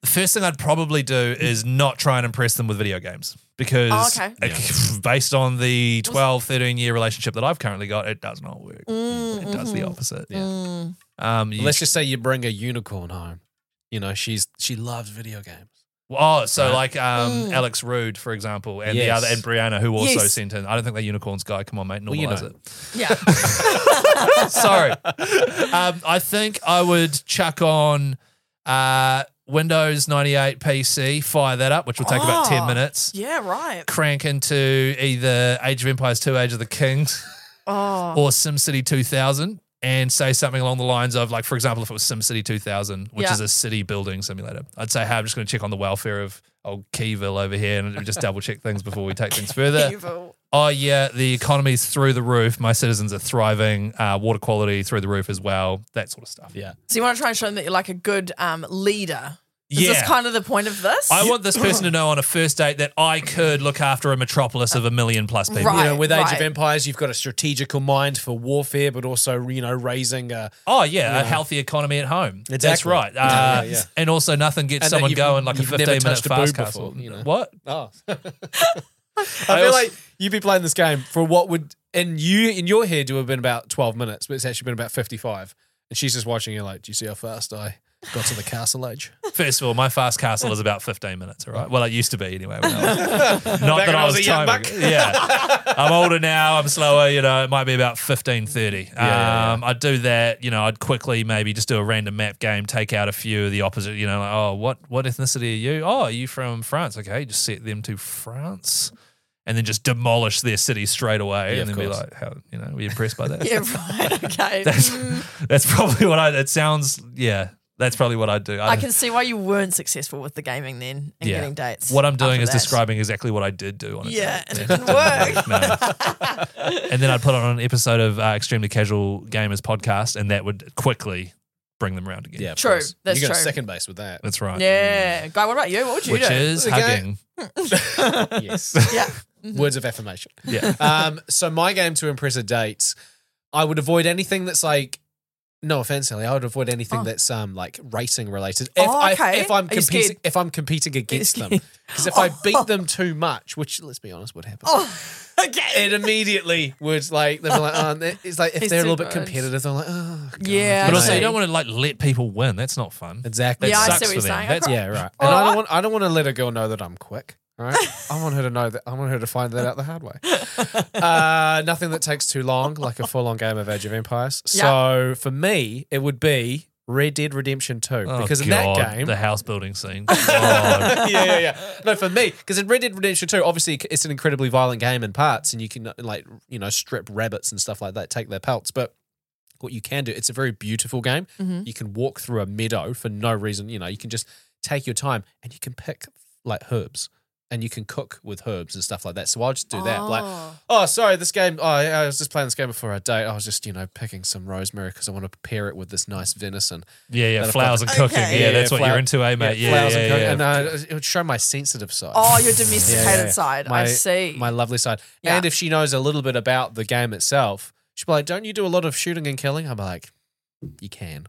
Speaker 4: the first thing I'd probably do is not try and impress them with video games because,
Speaker 3: Oh, okay.
Speaker 4: uh, based on the 12, 13 year relationship that I've currently got, it does not work.
Speaker 3: Mm,
Speaker 4: it does
Speaker 3: mm-hmm.
Speaker 4: the opposite. Um, you-
Speaker 5: let's just say you bring a unicorn home. You know, she's she loves video games.
Speaker 4: oh, so like um, Alex Rude, for example, and the
Speaker 5: Yes.
Speaker 4: other, and Brianna, who also
Speaker 3: Mm. Yes.
Speaker 4: sent in. I don't think that unicorns guy. Come on, mate, normalize
Speaker 5: you know.
Speaker 4: it.
Speaker 3: Yeah.
Speaker 4: Sorry. Um, I think I would chuck on uh, Windows 98 PC, fire that up, which will take about 10
Speaker 3: Oh.
Speaker 4: minutes.
Speaker 3: yeah. Right.
Speaker 4: Crank into either Age of Empires 2, Age of the Kings,
Speaker 3: Oh.
Speaker 4: or SimCity 2000 and say something along the lines of, like, for example, if it was SimCity 2000, which
Speaker 3: Yeah.
Speaker 4: is a city building simulator, I'd say, hey, I'm just going to check on the welfare of old Keyville over here and just double check things before we take things further.
Speaker 3: Evil.
Speaker 4: Oh yeah, the economy's through the roof. My citizens are thriving. Uh, water quality through the roof as well. That sort of stuff.
Speaker 5: Yeah.
Speaker 3: So you want to try and show them that you're like a good um, leader. Is this
Speaker 4: Yeah.
Speaker 3: kind of the point of this?
Speaker 4: I want this person to know on a first date that I could look after a metropolis of a million plus people.
Speaker 3: Right.
Speaker 5: You know, with Age of
Speaker 3: right.
Speaker 5: Empires, you've got a strategical mind for warfare, but also, you know, raising a.
Speaker 4: Oh yeah, a healthy economy at home. That's
Speaker 5: Exactly.
Speaker 4: right. Uh,
Speaker 5: Yeah, yeah, yeah.
Speaker 4: And also, nothing gets
Speaker 5: And that
Speaker 4: someone
Speaker 5: you've-
Speaker 4: going like a
Speaker 5: you've never
Speaker 4: fifteen minute
Speaker 5: touched a boob
Speaker 4: fast castle.
Speaker 5: before, you know.
Speaker 4: What?
Speaker 5: Oh. I feel
Speaker 4: also-
Speaker 5: like you'd be playing this game for what would in you in your head would have been about twelve minutes, but it's actually been about fifty five. And she's just watching you like, Do you see how fast I got to the castle age?
Speaker 4: First of all, my fast castle is about fifteen minutes. All right. Well, it used to be anyway. When I was, not
Speaker 5: Back
Speaker 4: that
Speaker 5: when
Speaker 4: I
Speaker 5: I was
Speaker 4: was
Speaker 5: a young
Speaker 4: timing.
Speaker 5: buck.
Speaker 4: Yeah. I'm older now. I'm slower. You know, it might be about fifteen thirty.
Speaker 5: yeah, yeah.
Speaker 4: um, I'd do that. You know, I'd quickly maybe just do a random map game, take out a few of the opposite. You know, like, oh, what what ethnicity are you? Oh, are you from France? Okay, just set them to France. And then just demolish their city straight away,
Speaker 5: Yeah,
Speaker 4: and then
Speaker 5: of
Speaker 4: be
Speaker 5: course.
Speaker 4: like, "How you know? Were you impressed by that?"
Speaker 3: Yeah. Right. Okay.
Speaker 4: That's
Speaker 3: Mm,
Speaker 4: that's probably what I. It sounds yeah. That's probably what I'd do.
Speaker 3: I can see why you weren't successful with the gaming then and
Speaker 4: yeah.
Speaker 3: getting dates.
Speaker 4: What I'm doing
Speaker 3: after
Speaker 4: is
Speaker 3: that.
Speaker 4: describing exactly what I did do on a
Speaker 3: Yeah,
Speaker 4: date.
Speaker 3: and it didn't work.
Speaker 4: No. and then I'd put on an episode of uh, Extremely Casual Gamers podcast, and that would quickly bring them around again.
Speaker 5: Yeah, of
Speaker 3: True,
Speaker 5: course.
Speaker 3: that's
Speaker 5: you go to
Speaker 3: true.
Speaker 5: second base with that.
Speaker 4: that's right. Mm.
Speaker 3: Yeah, guy. What about you? What would you
Speaker 4: which
Speaker 3: do?
Speaker 4: is
Speaker 5: Okay.
Speaker 4: hugging.
Speaker 5: yes.
Speaker 3: yeah,
Speaker 5: Words of affirmation.
Speaker 4: Yeah,
Speaker 5: Um, so my game to impress a date, I would avoid anything that's like. No offense, Ellie. I would avoid anything that's um like racing related. If
Speaker 3: Oh,
Speaker 5: I
Speaker 3: okay.
Speaker 5: if I'm
Speaker 3: Are you
Speaker 5: competing
Speaker 3: scared? Oh.
Speaker 5: if I'm competing against them,
Speaker 3: scared?
Speaker 5: because if I beat them too much, which let's be honest, would happen.
Speaker 3: Oh. okay.
Speaker 5: It immediately would like they're like oh, and it- it's like if
Speaker 3: It's
Speaker 5: they're a
Speaker 3: too
Speaker 5: little bit
Speaker 3: much.
Speaker 5: competitive, they're like oh God."
Speaker 3: Yeah,
Speaker 4: but
Speaker 3: I
Speaker 4: also
Speaker 3: see.
Speaker 4: you don't want to like let people win. That's not fun.
Speaker 5: exactly.
Speaker 3: Yeah, I
Speaker 4: sucks
Speaker 3: see what
Speaker 4: for
Speaker 3: you're
Speaker 4: them.
Speaker 3: saying.
Speaker 4: That's-
Speaker 3: I
Speaker 5: Yeah, right.
Speaker 3: Oh,
Speaker 5: And I don't
Speaker 3: I-
Speaker 5: want I don't want to let a girl know that I'm quick. All right. I want her to know that I want her to find that out the hard way. Uh, nothing that takes too long, like a full on game of Age of Empires. So for me, it would be Red Dead Redemption 2.
Speaker 4: Oh,
Speaker 5: because in
Speaker 4: God,
Speaker 5: that game
Speaker 4: the house building scene. Oh, God.
Speaker 5: yeah, yeah, yeah. No, for me, because in Red Dead Redemption 2, obviously it's an incredibly violent game in parts, and you can like you know strip rabbits and stuff like that, take their pelts. But what you can do, it's a very beautiful game. You can walk through a meadow for no reason. You know, you can just take your time and you can pick like herbs. And you can cook with herbs and stuff like that. So I'll just do that. Like, oh, sorry, this game. Oh, yeah, I was just playing this game before a date. I was just, you know, picking some rosemary because I want to pair it with this nice venison.
Speaker 4: yeah, yeah,
Speaker 5: That'll
Speaker 4: flowers and cooking.
Speaker 3: Okay.
Speaker 4: Yeah,
Speaker 5: Yeah,
Speaker 4: that's what
Speaker 5: flower-
Speaker 4: you're into, eh, mate? Yeah, yeah,
Speaker 5: flowers
Speaker 4: yeah.
Speaker 5: and coke-
Speaker 4: yeah.
Speaker 5: And uh, it would show my sensitive side.
Speaker 3: Oh, your domesticated
Speaker 5: Yeah, yeah, yeah.
Speaker 3: side.
Speaker 5: My-
Speaker 3: I see.
Speaker 5: My lovely side.
Speaker 3: Yeah.
Speaker 5: And if she knows a little bit about the game itself, she'll be like, "Don't you do a lot of shooting and killing?" I'm like, "You can,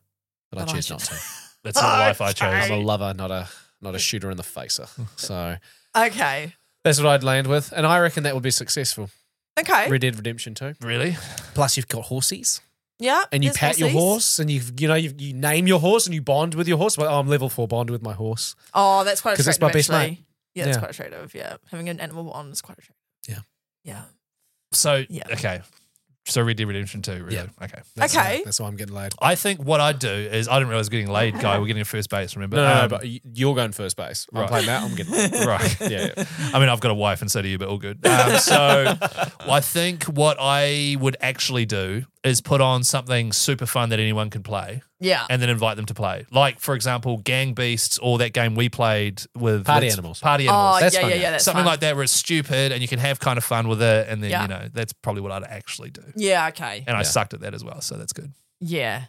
Speaker 3: But
Speaker 5: but, I
Speaker 3: I
Speaker 5: choose
Speaker 3: should-
Speaker 5: not to.
Speaker 4: That's
Speaker 3: Oh,
Speaker 4: not the life I
Speaker 5: I'm
Speaker 4: chose.
Speaker 5: a lover, not a not a shooter in the facer." So
Speaker 3: okay.
Speaker 5: that's what I'd land with, and I reckon that would be successful.
Speaker 3: Okay.
Speaker 5: Red Dead Redemption Two.
Speaker 4: Really?
Speaker 5: Plus, you've got horses,
Speaker 3: yeah.
Speaker 5: and you
Speaker 3: there's
Speaker 5: pat your
Speaker 3: horses.
Speaker 5: horse, and you you know you, you name your horse, and you bond with your horse. Well, oh, I'm level four bond with my horse.
Speaker 3: Oh, that's quite
Speaker 5: 'Cause
Speaker 3: attractive.
Speaker 5: it's my best
Speaker 3: actually.
Speaker 5: mate.
Speaker 3: Yeah, that's
Speaker 5: Yeah.
Speaker 3: quite attractive. Yeah, having an animal on is quite attractive.
Speaker 5: Yeah.
Speaker 3: Yeah.
Speaker 4: So
Speaker 3: Yeah.
Speaker 4: okay. So Red Dead Redemption 2, really?
Speaker 5: Yeah.
Speaker 4: Okay.
Speaker 5: That's
Speaker 3: Okay.
Speaker 5: Why, that's why I'm getting laid.
Speaker 4: I think what I'd do is I didn't realize getting laid, guy. We're getting a first base, remember?
Speaker 5: No, no, no,
Speaker 4: Um,
Speaker 5: but y- you're going first base.
Speaker 4: right.
Speaker 5: I'm playing that. I'm getting laid.
Speaker 4: right.
Speaker 5: Yeah, yeah.
Speaker 4: I mean, I've got a wife, and so do you, but all good. Um, so, I think what I would actually do is put on something super fun that anyone can play,
Speaker 3: Yeah.
Speaker 4: and then invite them to play. Like, for example, Gang Beasts, or that game we played with
Speaker 5: Party
Speaker 4: with-
Speaker 5: Animals.
Speaker 4: Party
Speaker 3: Oh,
Speaker 4: Animals.
Speaker 5: That's
Speaker 3: yeah,
Speaker 5: fun,
Speaker 3: yeah,
Speaker 5: yeah.
Speaker 3: yeah. That's
Speaker 4: something
Speaker 3: fun.
Speaker 4: like that, where it's stupid and you can have kind of fun with it, and then
Speaker 3: Yeah.
Speaker 4: you know that's probably what I'd actually do.
Speaker 3: Yeah. Okay.
Speaker 4: And I
Speaker 5: Yeah.
Speaker 4: sucked at that as well, so that's good.
Speaker 3: Yeah.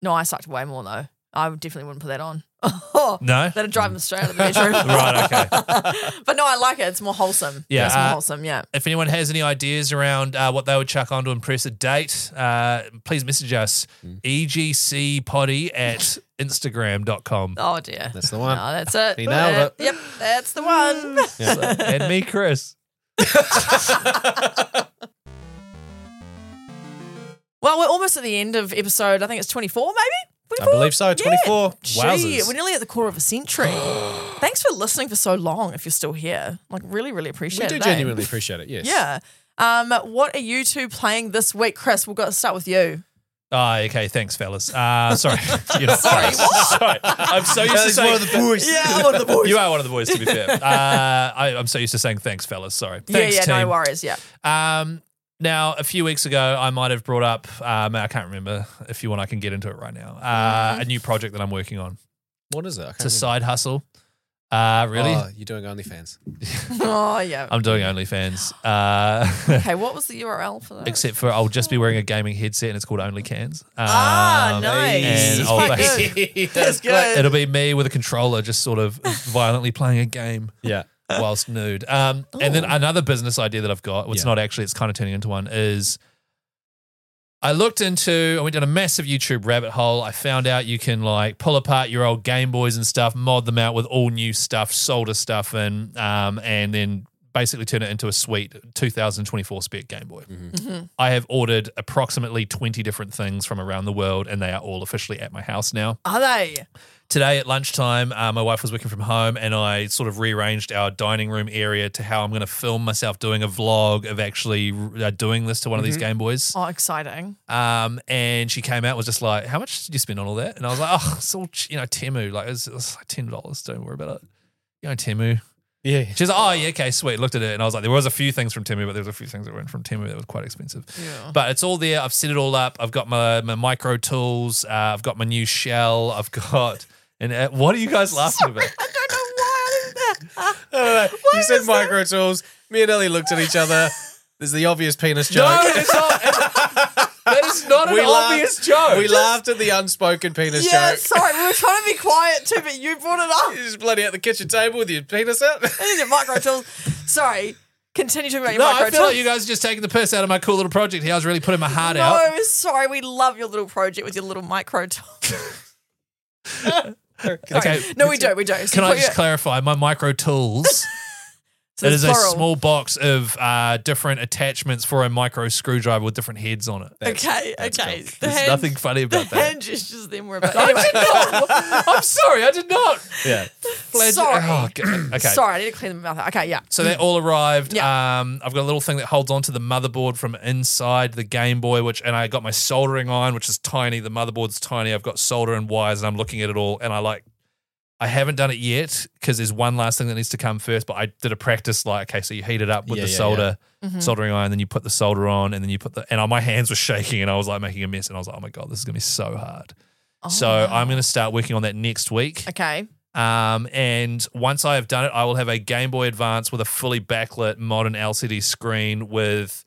Speaker 3: No, I sucked way more though. I definitely wouldn't put that on. no.
Speaker 4: No,
Speaker 3: That'd drive them straight out of the bedroom.
Speaker 4: Right, okay.
Speaker 3: but no, I like it. It's more wholesome.
Speaker 4: Yeah,
Speaker 3: It's more
Speaker 4: uh,
Speaker 3: wholesome. Yeah.
Speaker 4: if anyone has any ideas around uh, what they would chuck on to impress a date, uh, please message us E egcpoddy at instagram.com.
Speaker 3: Oh dear.
Speaker 5: That's the one.
Speaker 3: No, that's it.
Speaker 5: He nailed Mm.
Speaker 3: That- Yep. That's the one.
Speaker 4: and me, Chris.
Speaker 3: well, we're almost at the end of episode. I think it's twenty four, maybe. 24?
Speaker 5: believe so, 24.
Speaker 3: Gee,
Speaker 5: Wowzers.
Speaker 3: We're nearly at the quarter of a century. Thanks for listening for so long. If you're still here, like really, really appreciate
Speaker 5: We do
Speaker 3: it. eh?
Speaker 5: genuinely appreciate it. Yes.
Speaker 3: Yeah. Um, what are you two playing this week, Chris? We've got to start with you.
Speaker 4: Ah, okay. Thanks, fellas. Uh, sorry. You're not fellas. Sorry. I'm so used to saying.
Speaker 5: boys.
Speaker 3: Yeah, one of the boys.
Speaker 4: You are one of the boys, to be fair. Uh, I, I'm so used to saying thanks, fellas. Sorry.
Speaker 3: Yeah,
Speaker 4: Thanks,
Speaker 3: yeah, no
Speaker 4: team.
Speaker 3: worries. Yeah.
Speaker 4: Um, now, a few weeks ago, I might have brought up, um, I can't remember. If you want, I can get into it right now.
Speaker 3: Mm-hmm.
Speaker 4: Uh, a new project that I'm working on.
Speaker 5: What is it? I can't
Speaker 4: It's a
Speaker 5: remember.
Speaker 4: side hustle. Uh, really?
Speaker 5: Oh, you're doing OnlyFans.
Speaker 3: Oh, yeah.
Speaker 4: I'm doing OnlyFans. Uh,
Speaker 3: okay, what was the URL for that?
Speaker 4: except for I'll just be wearing a gaming headset and it's called OnlyCans. Um,
Speaker 3: Ah, nice.
Speaker 5: oh,
Speaker 4: And I'll
Speaker 3: That's
Speaker 4: basi-
Speaker 3: good. That's good.
Speaker 4: it'll be me with a controller just sort of violently playing a game.
Speaker 5: Yeah.
Speaker 4: whilst nude. Um, and then another business idea that I've got, which
Speaker 5: Yeah.
Speaker 4: not actually, it's kind of turning into one, is I looked into, I went down a massive YouTube rabbit hole. I found out you can like pull apart your old Game Boys and stuff, mod them out with all new stuff, solder stuff in, um, and then basically turn it into a sweet 2024 spec Game Boy. I have ordered approximately 20 different things from around the world, and they are all officially at my house now
Speaker 3: Are they?
Speaker 4: today at lunchtime, uh, my wife was working from home, and I sort of rearranged our dining room area to how I'm going to film myself doing a vlog of actually uh, doing this to one of these Game Boys.
Speaker 3: Oh, exciting.
Speaker 4: Um, and she came out and was just like, "How much did you spend on all that?" And I was like, "Oh, it's all ch- you know, Temu. Like it's, it's like ten dollars. Don't worry about it. You know, Temu."
Speaker 5: Yeah.
Speaker 4: She's like, oh, yeah, okay, sweet. Looked at it. And I was like, there was a few things from Temu, but there was a few things that weren't from Temu that was quite expensive. But it's all there. I've set it all up. I've got my, my micro tools. Uh, I've got my new shell. I've got. And uh, what are you guys laughing about?
Speaker 3: I don't know why I did that.
Speaker 5: you said micro tools. Me and Ellie looked at each other. There's the obvious penis joke.
Speaker 4: No, it's not. it's- that is not an
Speaker 5: laughed-
Speaker 4: obvious joke.
Speaker 5: We laughed at the unspoken penis
Speaker 3: Yeah,
Speaker 5: joke.
Speaker 3: sorry, we were trying to be quiet too, but you brought it up.
Speaker 5: You're just bloody at the kitchen table with your penis out.
Speaker 3: These are micro tools. Sorry. Continue talking about your
Speaker 4: No,
Speaker 3: micro
Speaker 4: I feel
Speaker 3: tools.
Speaker 4: like you guys are just taking the piss out of my cool little project here. I was really putting my heart out.
Speaker 3: no, sorry, we love your little project with your little micro tools.
Speaker 4: Okay.
Speaker 3: No, we don't, we don't. So
Speaker 4: Can
Speaker 3: you
Speaker 4: I
Speaker 3: put
Speaker 4: just
Speaker 3: your-
Speaker 4: clarify? My micro tools.
Speaker 3: so
Speaker 4: it
Speaker 3: it's
Speaker 4: is a
Speaker 3: plural.
Speaker 4: small box of uh, different attachments for a micro screwdriver with different heads on it.
Speaker 3: Okay, okay. The
Speaker 4: There's
Speaker 3: hand,
Speaker 4: nothing funny about
Speaker 3: the
Speaker 4: that.
Speaker 3: hand gestures then were about. Anyway,
Speaker 4: I'm sorry, I did not.
Speaker 5: Yeah.
Speaker 4: Flag-
Speaker 3: Sorry.
Speaker 4: Oh, g- okay.
Speaker 3: sorry, I need to clean the mouth. out. Okay, yeah.
Speaker 4: So they all arrived.
Speaker 3: Yeah.
Speaker 4: Um, I've got a little thing that holds onto the motherboard from inside the Game Boy, which and I got my soldering iron, which is tiny. The motherboard's tiny. I've got solder and wires, and I'm looking at it all. And I like, I haven't done it yet because there's one last thing that needs to come first. But I did a practice like, okay, so you heat it up with
Speaker 5: Yeah,
Speaker 4: the
Speaker 5: yeah,
Speaker 4: solder,
Speaker 5: Mm-hmm.
Speaker 4: soldering iron, then you put the solder on, and then you put the and uh, my hands were shaking, and I was like making a mess, and I was like, oh my god, this is gonna be so hard. so I'm gonna start working on that next week.
Speaker 3: Okay.
Speaker 4: Um, and once I have done it, I will have a Game Boy Advance with a fully backlit modern LCD screen with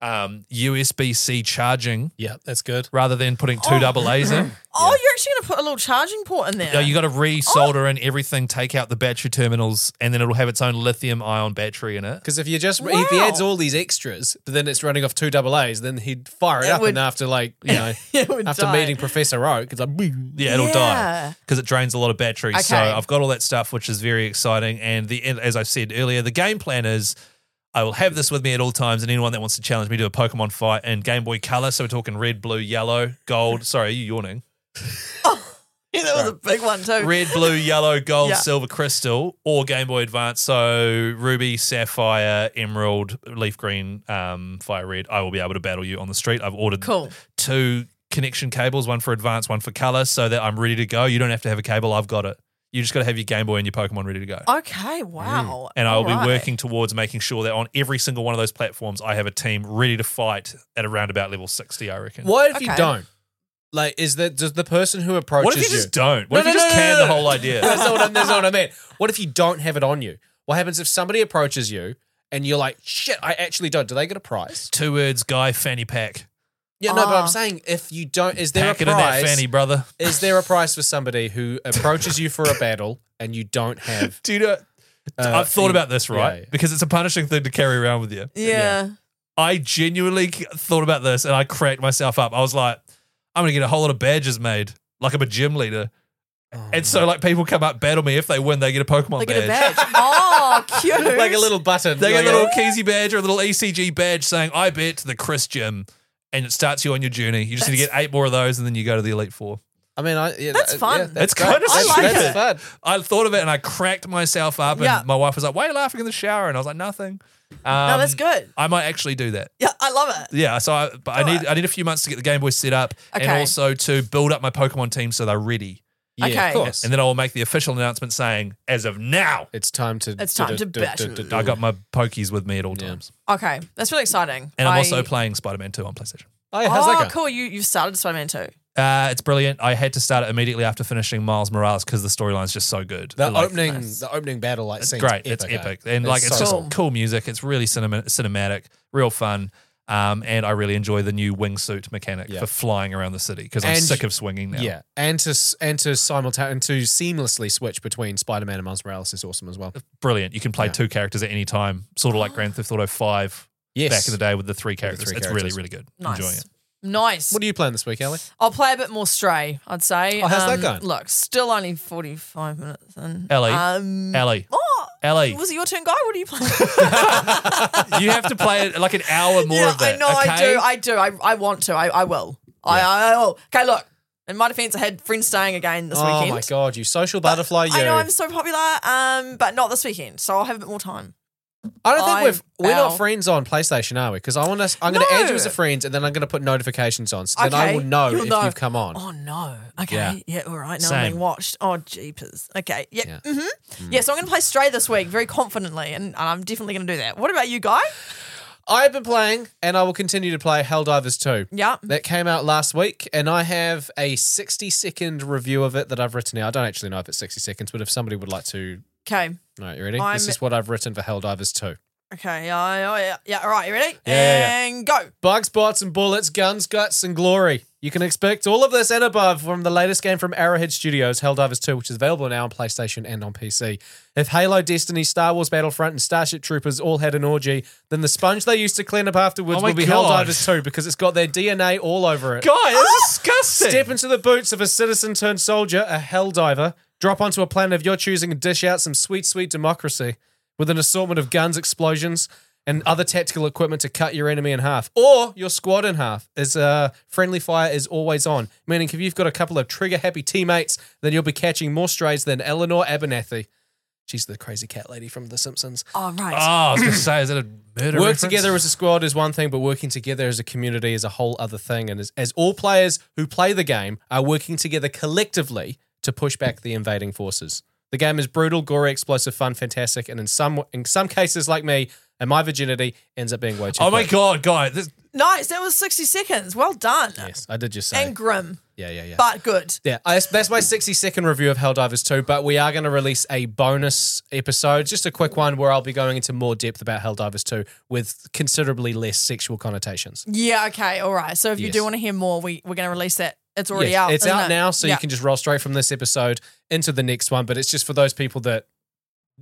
Speaker 4: um, USB C charging
Speaker 5: Yeah, that's good.
Speaker 4: rather than putting two double A's in.
Speaker 3: Oh, you're actually going to put a little charging port in there.
Speaker 4: No, you got to re solder in everything, take out the battery terminals, and then it'll have its own lithium ion battery in it.
Speaker 5: Because if you just if he adds
Speaker 3: Wow.
Speaker 5: all these extras, but then it's running off two double A's, then he'd fire it,
Speaker 3: It
Speaker 5: up
Speaker 3: would-
Speaker 5: and after like you know
Speaker 3: It would
Speaker 5: after
Speaker 3: die.
Speaker 5: meeting Professor Oak, it's like boom.
Speaker 4: Yeah, it'll
Speaker 3: Yeah.
Speaker 4: die because it drains a lot of battery. So
Speaker 3: Okay.
Speaker 4: I've got all that stuff, which is very exciting. And the and as I said earlier, the game plan is I will have this with me at all times, and anyone that wants to challenge me to a Pokemon fight in Game Boy Color. So we're talking red, blue, yellow, gold. Sorry, are you yawning?
Speaker 3: Yeah, that was a big one too.
Speaker 4: Red, blue, yellow, gold,
Speaker 3: Yeah.
Speaker 4: silver, crystal, or Game Boy Advance. So ruby, sapphire, emerald, leaf green, um, fire red. I will be able to battle you on the street. I've ordered
Speaker 3: Cool.
Speaker 4: two connection cables, one for advance, one for color, so that I'm ready to go. You don't have to have a cable. I've got it. You just got to have your Game Boy and your Pokemon ready to
Speaker 5: Oh,
Speaker 4: go.
Speaker 3: Okay, wow.
Speaker 4: and I will
Speaker 3: Alright.
Speaker 4: be working towards making sure that on every single one of those platforms, I have a team ready to fight at around about level 60, I reckon.
Speaker 5: What if you
Speaker 3: Okay.
Speaker 5: don't? Like, is that does the person who approaches
Speaker 4: What if you just don't? What
Speaker 5: No,
Speaker 4: if you
Speaker 5: no,
Speaker 4: just
Speaker 5: no, no,
Speaker 4: can
Speaker 5: no,
Speaker 4: the
Speaker 5: no.
Speaker 4: whole idea?
Speaker 5: That's not, what I, that's not what I meant. What if you don't have it on you? What happens if somebody approaches you and you're like, shit, I actually don't? Do they get a prize?
Speaker 4: Two words, guy, fanny pack.
Speaker 5: Yeah, no, but
Speaker 3: Ah.
Speaker 5: I'm saying if you don't, is there
Speaker 4: Pack
Speaker 5: a
Speaker 4: it in that
Speaker 5: prize?
Speaker 4: fanny, brother.
Speaker 5: Is there a prize for somebody who approaches you for a battle and you don't have? uh,
Speaker 4: Do you know? I've thought
Speaker 5: you-
Speaker 4: about this, right?
Speaker 5: yeah, yeah.
Speaker 4: Because it's a punishing thing to carry around with you.
Speaker 3: Yeah.
Speaker 4: I genuinely c- thought about this and I cracked myself up. I was like, I'm going to get a whole lot of badges made, like I'm a gym leader. and so, like, people come up, battle me. If they win, they get a Pokemon
Speaker 3: Oh, They
Speaker 4: badge.
Speaker 3: get a badge. Oh, cute.
Speaker 5: like a little button.
Speaker 4: They
Speaker 5: like
Speaker 4: get a little Keezy badge or a little ECG badge saying, I bet the Chris gym. And it starts you on your journey. You just need to get eight more of those and then you go to the Elite Four.
Speaker 5: I mean, I, yeah,
Speaker 3: That's
Speaker 5: that-
Speaker 3: fun.
Speaker 5: yeah, that's
Speaker 4: It's
Speaker 5: great.
Speaker 4: kind of
Speaker 5: that's,
Speaker 3: stupid.
Speaker 5: that's fun.
Speaker 4: I thought of it and I cracked myself up. And
Speaker 3: Yeah.
Speaker 4: my wife was like, Why are you laughing in the shower? And I was like, Nothing. Um,
Speaker 3: No, that's good.
Speaker 4: I might actually do that.
Speaker 3: Yeah, I love it.
Speaker 4: Yeah, so I, but I
Speaker 3: Do
Speaker 4: need
Speaker 3: it.
Speaker 4: I need a few months to get the Game Boy set up, and
Speaker 3: Okay.
Speaker 4: also to build up my Pokemon team so they're ready.
Speaker 5: Yeah,
Speaker 3: Okay.
Speaker 5: of course.
Speaker 4: And then I will make the official announcement saying, as of now,
Speaker 5: it's time to.
Speaker 3: It's time to battle.
Speaker 4: I got my Pokies with me at all times,
Speaker 3: Okay, that's really exciting.
Speaker 4: and I'm
Speaker 3: I-
Speaker 4: also playing Spider Man Two on PlayStation.
Speaker 5: Oh, yeah, how's
Speaker 3: Oh,
Speaker 5: that going?
Speaker 3: cool. You you've started Spider-Man 2.
Speaker 4: Uh, it's brilliant. I had to start it immediately after finishing Miles Morales because the storyline's just so good.
Speaker 5: The
Speaker 4: Like,
Speaker 5: opening, the opening battle, like,
Speaker 4: it's
Speaker 5: scene's
Speaker 4: great. It's
Speaker 5: eh?
Speaker 4: epic, and like it's
Speaker 5: so
Speaker 4: just
Speaker 5: cool.
Speaker 4: cool music. It's really cinema- cinematic, real fun. Um, and I really enjoy the new wingsuit mechanic
Speaker 5: Yeah.
Speaker 4: for flying around the city because I'm
Speaker 5: And-
Speaker 4: sick of swinging now.
Speaker 5: Yeah, and to s- and to simultan and to seamlessly switch between Spider Man and Miles Morales is awesome as well.
Speaker 4: brilliant. You can play two characters at any time, sort of like Grand Theft Auto Five
Speaker 5: Yes.
Speaker 4: back in the day with the three characters.
Speaker 5: three
Speaker 4: it's
Speaker 5: characters.
Speaker 4: really, really good.
Speaker 3: Nice.
Speaker 4: Enjoying it.
Speaker 3: Nice.
Speaker 5: What are you playing this week, Ellie?
Speaker 3: I'll play a bit more Stray, I'd say. Um,
Speaker 5: Oh, how's that going?
Speaker 3: Look, still only 45 minutes in.
Speaker 4: Ellie,
Speaker 3: Um,
Speaker 4: Ellie,
Speaker 3: oh,
Speaker 4: Ellie,
Speaker 3: was it your turn, guy? What are you playing?
Speaker 4: you have to play it like an hour more
Speaker 3: yeah,
Speaker 4: of that.
Speaker 3: I know
Speaker 4: okay?
Speaker 3: I do. I do. I, I want to. I, I will. I, I will. Okay, look. In my defense, I had friends staying again this
Speaker 5: oh
Speaker 3: weekend.
Speaker 5: my god, you social butterfly! You.
Speaker 3: I know I'm so popular, um, but not this weekend. So I'll have a bit more time.
Speaker 5: I don't think
Speaker 3: I
Speaker 5: we're f- we're
Speaker 3: fell.
Speaker 5: not friends on PlayStation, are we? Because I want to. I'm going to add you as a
Speaker 3: No.
Speaker 5: friend, and then I'm going to put notifications on. So Then
Speaker 3: okay.
Speaker 5: I will know
Speaker 3: You'll
Speaker 5: if you've come on.
Speaker 3: Oh no. Okay.
Speaker 5: Yeah.
Speaker 3: Yeah. all right. Now I'm
Speaker 4: Same.
Speaker 3: being watched. Oh jeepers. Okay. Yeah.
Speaker 5: Yeah. Mm.
Speaker 3: hmm Yeah. So I'm going to play Stray this week very confidently, and, and I'm definitely going to do that. What about you, guy?
Speaker 5: I've been playing, and I will continue to play Helldivers 2.
Speaker 3: Yeah.
Speaker 5: That came out last week, and I have a 60 second review of it that I've written out. I don't actually know if it's 60 seconds, but if somebody would like to.
Speaker 3: Okay.
Speaker 5: All right, you ready?
Speaker 3: I'm-
Speaker 5: this is what I've written for Helldivers 2.
Speaker 3: Okay. Yeah. Oh, yeah. Yeah. All right. You ready?
Speaker 5: Yeah, yeah,
Speaker 3: and go.
Speaker 5: Bugs, bots, and bullets, guns, guts, and glory. You can expect all of this and above from the latest game from Arrowhead Studios, Helldivers 2, which is available now on PlayStation and on PC. If Halo, Destiny, Star Wars Battlefront, and Starship Troopers all had an orgy, then the sponge they used to clean up afterwards
Speaker 4: Oh my
Speaker 5: will be
Speaker 4: God.
Speaker 5: Helldivers 2 because it's got their DNA all over it.
Speaker 4: God, that's disgusting.
Speaker 5: Step into the boots of a citizen turned soldier, a hell diver. Drop onto a planet of your choosing and dish out some sweet, sweet democracy with an assortment of guns, explosions, and other tactical equipment to cut your enemy in half or your squad in half. As uh, friendly fire is always on, meaning if you've got a couple of trigger happy teammates, then you'll be catching more strays than Eleanor Abernathy. She's the crazy cat lady from The Simpsons.
Speaker 3: All right.
Speaker 4: oh,
Speaker 5: Ah.
Speaker 4: I was going to say, is that a murder?
Speaker 5: Work
Speaker 4: reference?
Speaker 5: together as a squad is one thing, but working together as a community is a whole other thing. And as, as all players who play the game are working together collectively to push back the invading forces. The game is brutal, gory, explosive, fun, fantastic, and in some in some cases, like me and my virginity, ends up being way too.
Speaker 4: Oh my
Speaker 5: quick.
Speaker 4: God, guy. This,
Speaker 3: nice. That was 60 seconds. Well done.
Speaker 5: Yes, I did just say.
Speaker 3: And grim,
Speaker 5: yeah, yeah, yeah.
Speaker 3: but good.
Speaker 5: Yeah, I, that's my 60 second review of Helldivers 2, but we are going to release a bonus episode, just a quick one where I'll be going into more depth about Helldivers 2 with considerably less sexual connotations.
Speaker 3: Yeah. Okay. All right. So if you
Speaker 5: Yes.
Speaker 3: do want to hear more, we, we're going to release that. It's already
Speaker 5: Yes,
Speaker 3: out.
Speaker 5: It's
Speaker 3: isn't
Speaker 5: out
Speaker 3: it?
Speaker 5: now, so
Speaker 3: Yeah.
Speaker 5: you can just roll straight from this episode into the next one. But it's just for those people that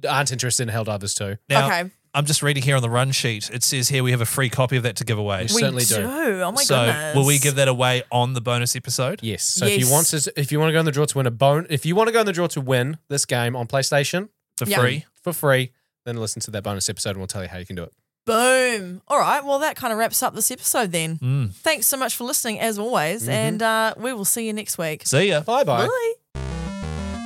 Speaker 5: aren't interested in Helldivers 2.
Speaker 4: now,
Speaker 3: okay.
Speaker 4: I'm just reading here on the run sheet. It says here we have a free copy of that to give away.
Speaker 5: We certainly do.
Speaker 3: Oh my
Speaker 4: so
Speaker 3: goodness.
Speaker 4: will we give that away on the bonus episode?
Speaker 5: Yes. So if
Speaker 3: Yes.
Speaker 5: you want to, if you want to go in the draw to win a bone, if you want to go in the draw to win this game on PlayStation
Speaker 4: For
Speaker 3: Yeah.
Speaker 4: free?
Speaker 5: for free, then listen to that bonus episode and we'll tell you how you can do it.
Speaker 3: Boom. All right. Well, that kind of wraps up this episode then.
Speaker 4: Mm.
Speaker 3: Thanks so much for listening, as always. And uh, we will see you next week.
Speaker 4: See ya.
Speaker 5: Bye Mm-hmm. bye.
Speaker 3: Bye.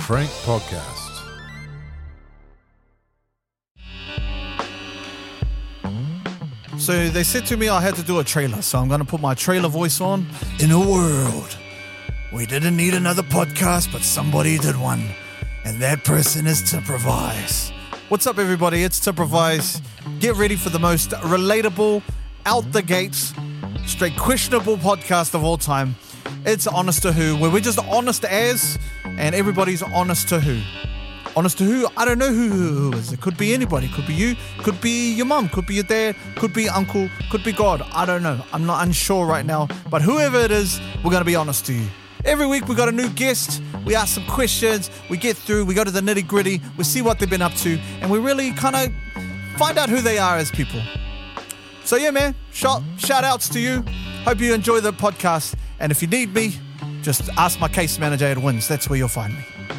Speaker 1: Frank Podcast.
Speaker 6: So they said to me I had to do a trailer, so I'm going to put my trailer voice on. In a world, we didn't need another podcast, but somebody did one, and that person is Tipprovise. What's up, everybody? It's Tipprovise. Get ready for the most relatable, out the gates, straight questionable podcast of all time. It's Honest to Who, where we're just honest as, and everybody's honest to who honest to who i don't know who, who, who is it could be anybody could be you could be your mum could be your dad could be uncle could be god i don't know i'm not unsure right now but whoever it is we're going to be honest to you every week we got a new guest we ask some questions we get through we go to the nitty gritty we see what they've been up to and we really kind of find out who they are as people so yeah man shout shout outs to you hope you enjoy the podcast and if you need me just ask my case manager at wins that's where you'll find me